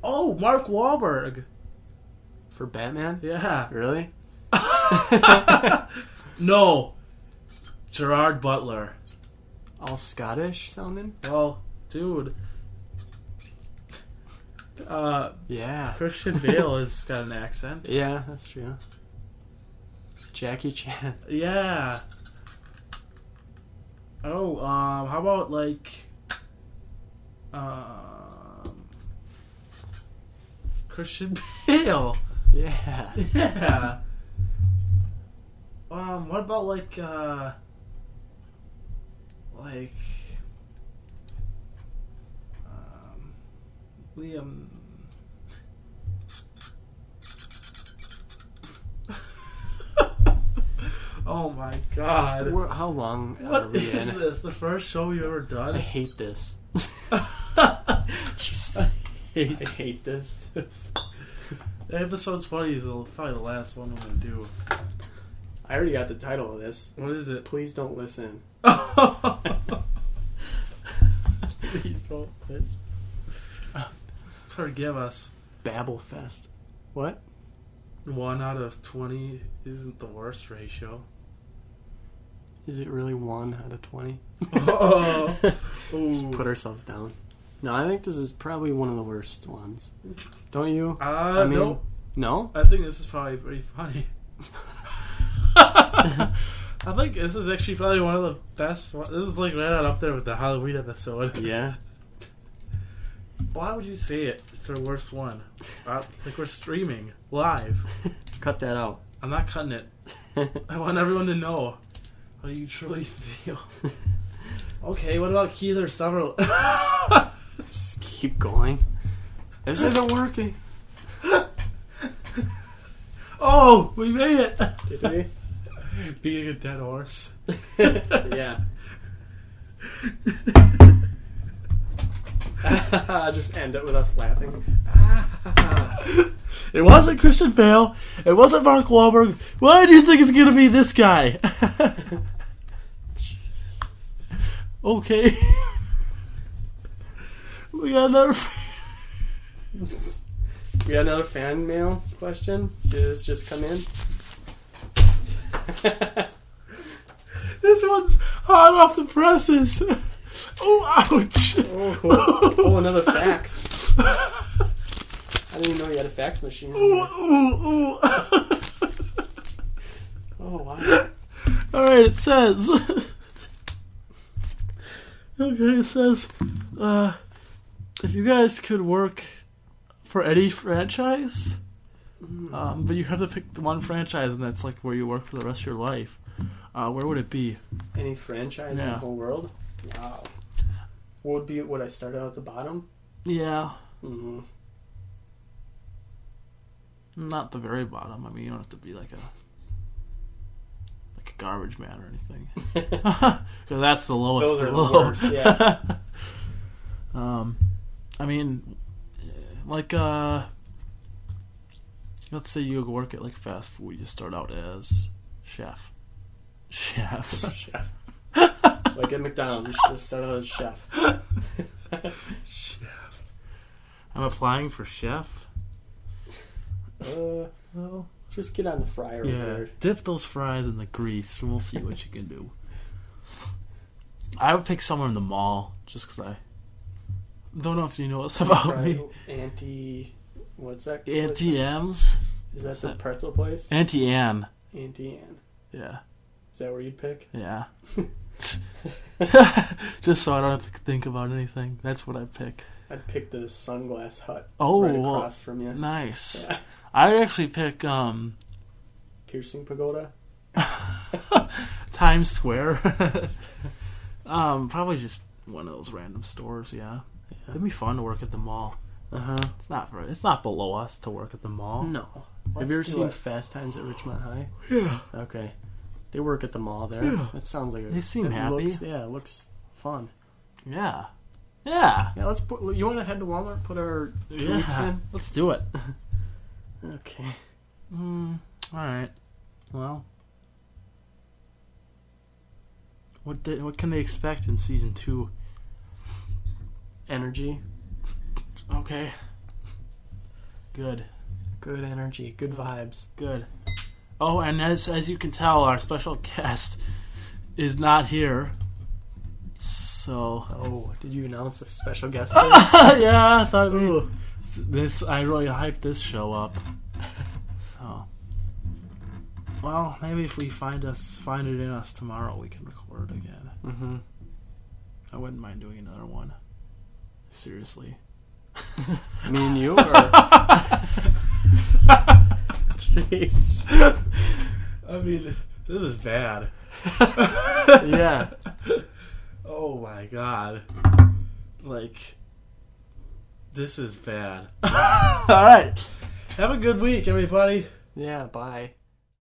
[SPEAKER 3] Oh, Mark Wahlberg.
[SPEAKER 1] for Batman.
[SPEAKER 3] Yeah.
[SPEAKER 1] Really?
[SPEAKER 3] no. Gerard Butler.
[SPEAKER 1] All Scottish sounding?
[SPEAKER 3] Well, dude. Uh,
[SPEAKER 1] Yeah.
[SPEAKER 3] Christian Bale has got an accent.
[SPEAKER 1] Yeah, that's true. Jackie Chan.
[SPEAKER 3] Yeah. Oh, um, how about like, um, Christian Bale?
[SPEAKER 1] Yeah.
[SPEAKER 3] Yeah. Um, what about like, uh, like, um, Liam. oh my god.
[SPEAKER 1] We're, how long are
[SPEAKER 3] What
[SPEAKER 1] we
[SPEAKER 3] is
[SPEAKER 1] in?
[SPEAKER 3] this? The first show you've ever
[SPEAKER 1] I
[SPEAKER 3] done?
[SPEAKER 1] hate this.
[SPEAKER 3] Just- I
[SPEAKER 1] I
[SPEAKER 3] hate
[SPEAKER 1] hate this.
[SPEAKER 3] this. Episode 20 is the- probably the last one I'm gonna do.
[SPEAKER 1] I already got the title of this.
[SPEAKER 3] What is it?
[SPEAKER 1] Please don't listen.
[SPEAKER 3] Please don't. Please. Forgive us.
[SPEAKER 1] Babble Fest. What?
[SPEAKER 3] One out of 20 isn't the worst ratio.
[SPEAKER 1] Is it really one out of twenty?
[SPEAKER 3] Oh.
[SPEAKER 1] Just put ourselves down. No, I think this is probably one of the worst ones. Don't you?
[SPEAKER 3] Uh,
[SPEAKER 1] I mean-
[SPEAKER 3] no.
[SPEAKER 1] No?
[SPEAKER 3] I think this is probably pretty funny. I think this is actually probably one of the best. One. This is like right on up there with the Halloween episode.
[SPEAKER 1] Yeah.
[SPEAKER 3] Why would you say it? It's their worst one. Uh, like we're streaming live.
[SPEAKER 1] Cut that out.
[SPEAKER 3] I'm not cutting it. I want everyone to know how you truly feel. Okay, what about Keith or Summer?
[SPEAKER 1] Just keep going. This isn't working.
[SPEAKER 3] oh, we made it.
[SPEAKER 1] Did
[SPEAKER 3] Being a dead horse.
[SPEAKER 1] yeah. Just end it with us laughing.
[SPEAKER 3] It wasn't Christian Bale. It wasn't Mark Wahlberg. Why do you think it's gonna be this guy? okay. we got another.
[SPEAKER 1] We got another fan mail question. Did this just come in?
[SPEAKER 3] This one's hot off the presses. oh, ouch.
[SPEAKER 1] Oh, oh another fax. I didn't even know you had a fax machine.
[SPEAKER 3] Ooh,
[SPEAKER 1] Oh,
[SPEAKER 3] ooh, ooh.
[SPEAKER 1] Oh, wow.
[SPEAKER 3] All right, it says. okay, it says, uh, if you guys could work for any franchise,
[SPEAKER 1] Mm.
[SPEAKER 3] um, but you have to pick the one franchise, and that's like where you work for the rest of your life. Uh, where would it be?
[SPEAKER 1] Any franchise in
[SPEAKER 3] Yeah.
[SPEAKER 1] the whole world? Wow. What would be? Would I start out at the bottom?
[SPEAKER 3] Yeah,
[SPEAKER 1] Mm-hmm.
[SPEAKER 3] not the very bottom. I mean, you don't have to be like a like a garbage man or anything, because that's the lowest.
[SPEAKER 1] Those are the
[SPEAKER 3] low.
[SPEAKER 1] worst. Yeah.
[SPEAKER 3] Um, I mean, eh, like, uh, let's say you work at like fast food. You start out as chef, chef,
[SPEAKER 1] chef. Like at McDonald's, you should start out as chef.
[SPEAKER 3] chef. I'm applying for chef.
[SPEAKER 1] Uh,
[SPEAKER 3] Well,
[SPEAKER 1] just get on the fryer over
[SPEAKER 3] yeah.
[SPEAKER 1] there.
[SPEAKER 3] Dip those fries in the grease, and we'll see what you can do. I would pick somewhere in the mall, just 'cause I don't know if you know this about me.
[SPEAKER 1] Anti. What's that? place?
[SPEAKER 3] Auntie M's,
[SPEAKER 1] Is that the pretzel place?
[SPEAKER 3] Auntie Ann.
[SPEAKER 1] Auntie Ann.
[SPEAKER 3] Yeah.
[SPEAKER 1] Is that where you'd pick?
[SPEAKER 3] Yeah. Just so I don't have to think about anything. That's what I pick.
[SPEAKER 1] I'd pick the sunglass hut
[SPEAKER 3] Oh,
[SPEAKER 1] right across from you.
[SPEAKER 3] nice. I'd actually pick um,
[SPEAKER 1] Piercing pagoda.
[SPEAKER 3] Times Square. um, probably just one of those random stores. Yeah. it'd be fun to work at the mall.
[SPEAKER 1] Uh huh.
[SPEAKER 3] It's not for, it's not below us to work at the mall.
[SPEAKER 1] No. Have
[SPEAKER 4] Let's
[SPEAKER 1] you ever
[SPEAKER 4] do
[SPEAKER 1] seen
[SPEAKER 4] it.
[SPEAKER 1] Fast Times at Richmond High?
[SPEAKER 3] Yeah.
[SPEAKER 1] Okay. They work at the mall there.
[SPEAKER 3] Yeah.
[SPEAKER 1] That sounds like a,
[SPEAKER 3] They seem
[SPEAKER 1] it
[SPEAKER 3] happy.
[SPEAKER 1] Looks, yeah, it looks fun.
[SPEAKER 3] Yeah. Yeah.
[SPEAKER 1] Yeah, let's put. You want to head to Walmart? Put our tweets
[SPEAKER 3] Yeah. Let's do it.
[SPEAKER 1] in. Okay.
[SPEAKER 3] Mm, all right. Well, what they, what can they expect in season two?
[SPEAKER 1] Energy.
[SPEAKER 3] Okay. Good.
[SPEAKER 1] Good energy. Good vibes.
[SPEAKER 3] Good. Oh, and as as you can tell, our special guest is not here. So
[SPEAKER 1] Oh, did you announce a special guest?
[SPEAKER 3] yeah, I thought ooh, this. I really hyped this show up. So, well, maybe if we find us find it in us tomorrow, we can record again.
[SPEAKER 1] mm-hmm.
[SPEAKER 3] I wouldn't mind doing another one. Seriously.
[SPEAKER 1] Me and you? Or... Jeez.
[SPEAKER 5] I mean, this is bad.
[SPEAKER 1] Yeah.
[SPEAKER 5] Oh my god. Like, this is bad.
[SPEAKER 3] All right.
[SPEAKER 5] Have a good week, everybody.
[SPEAKER 1] Yeah, bye.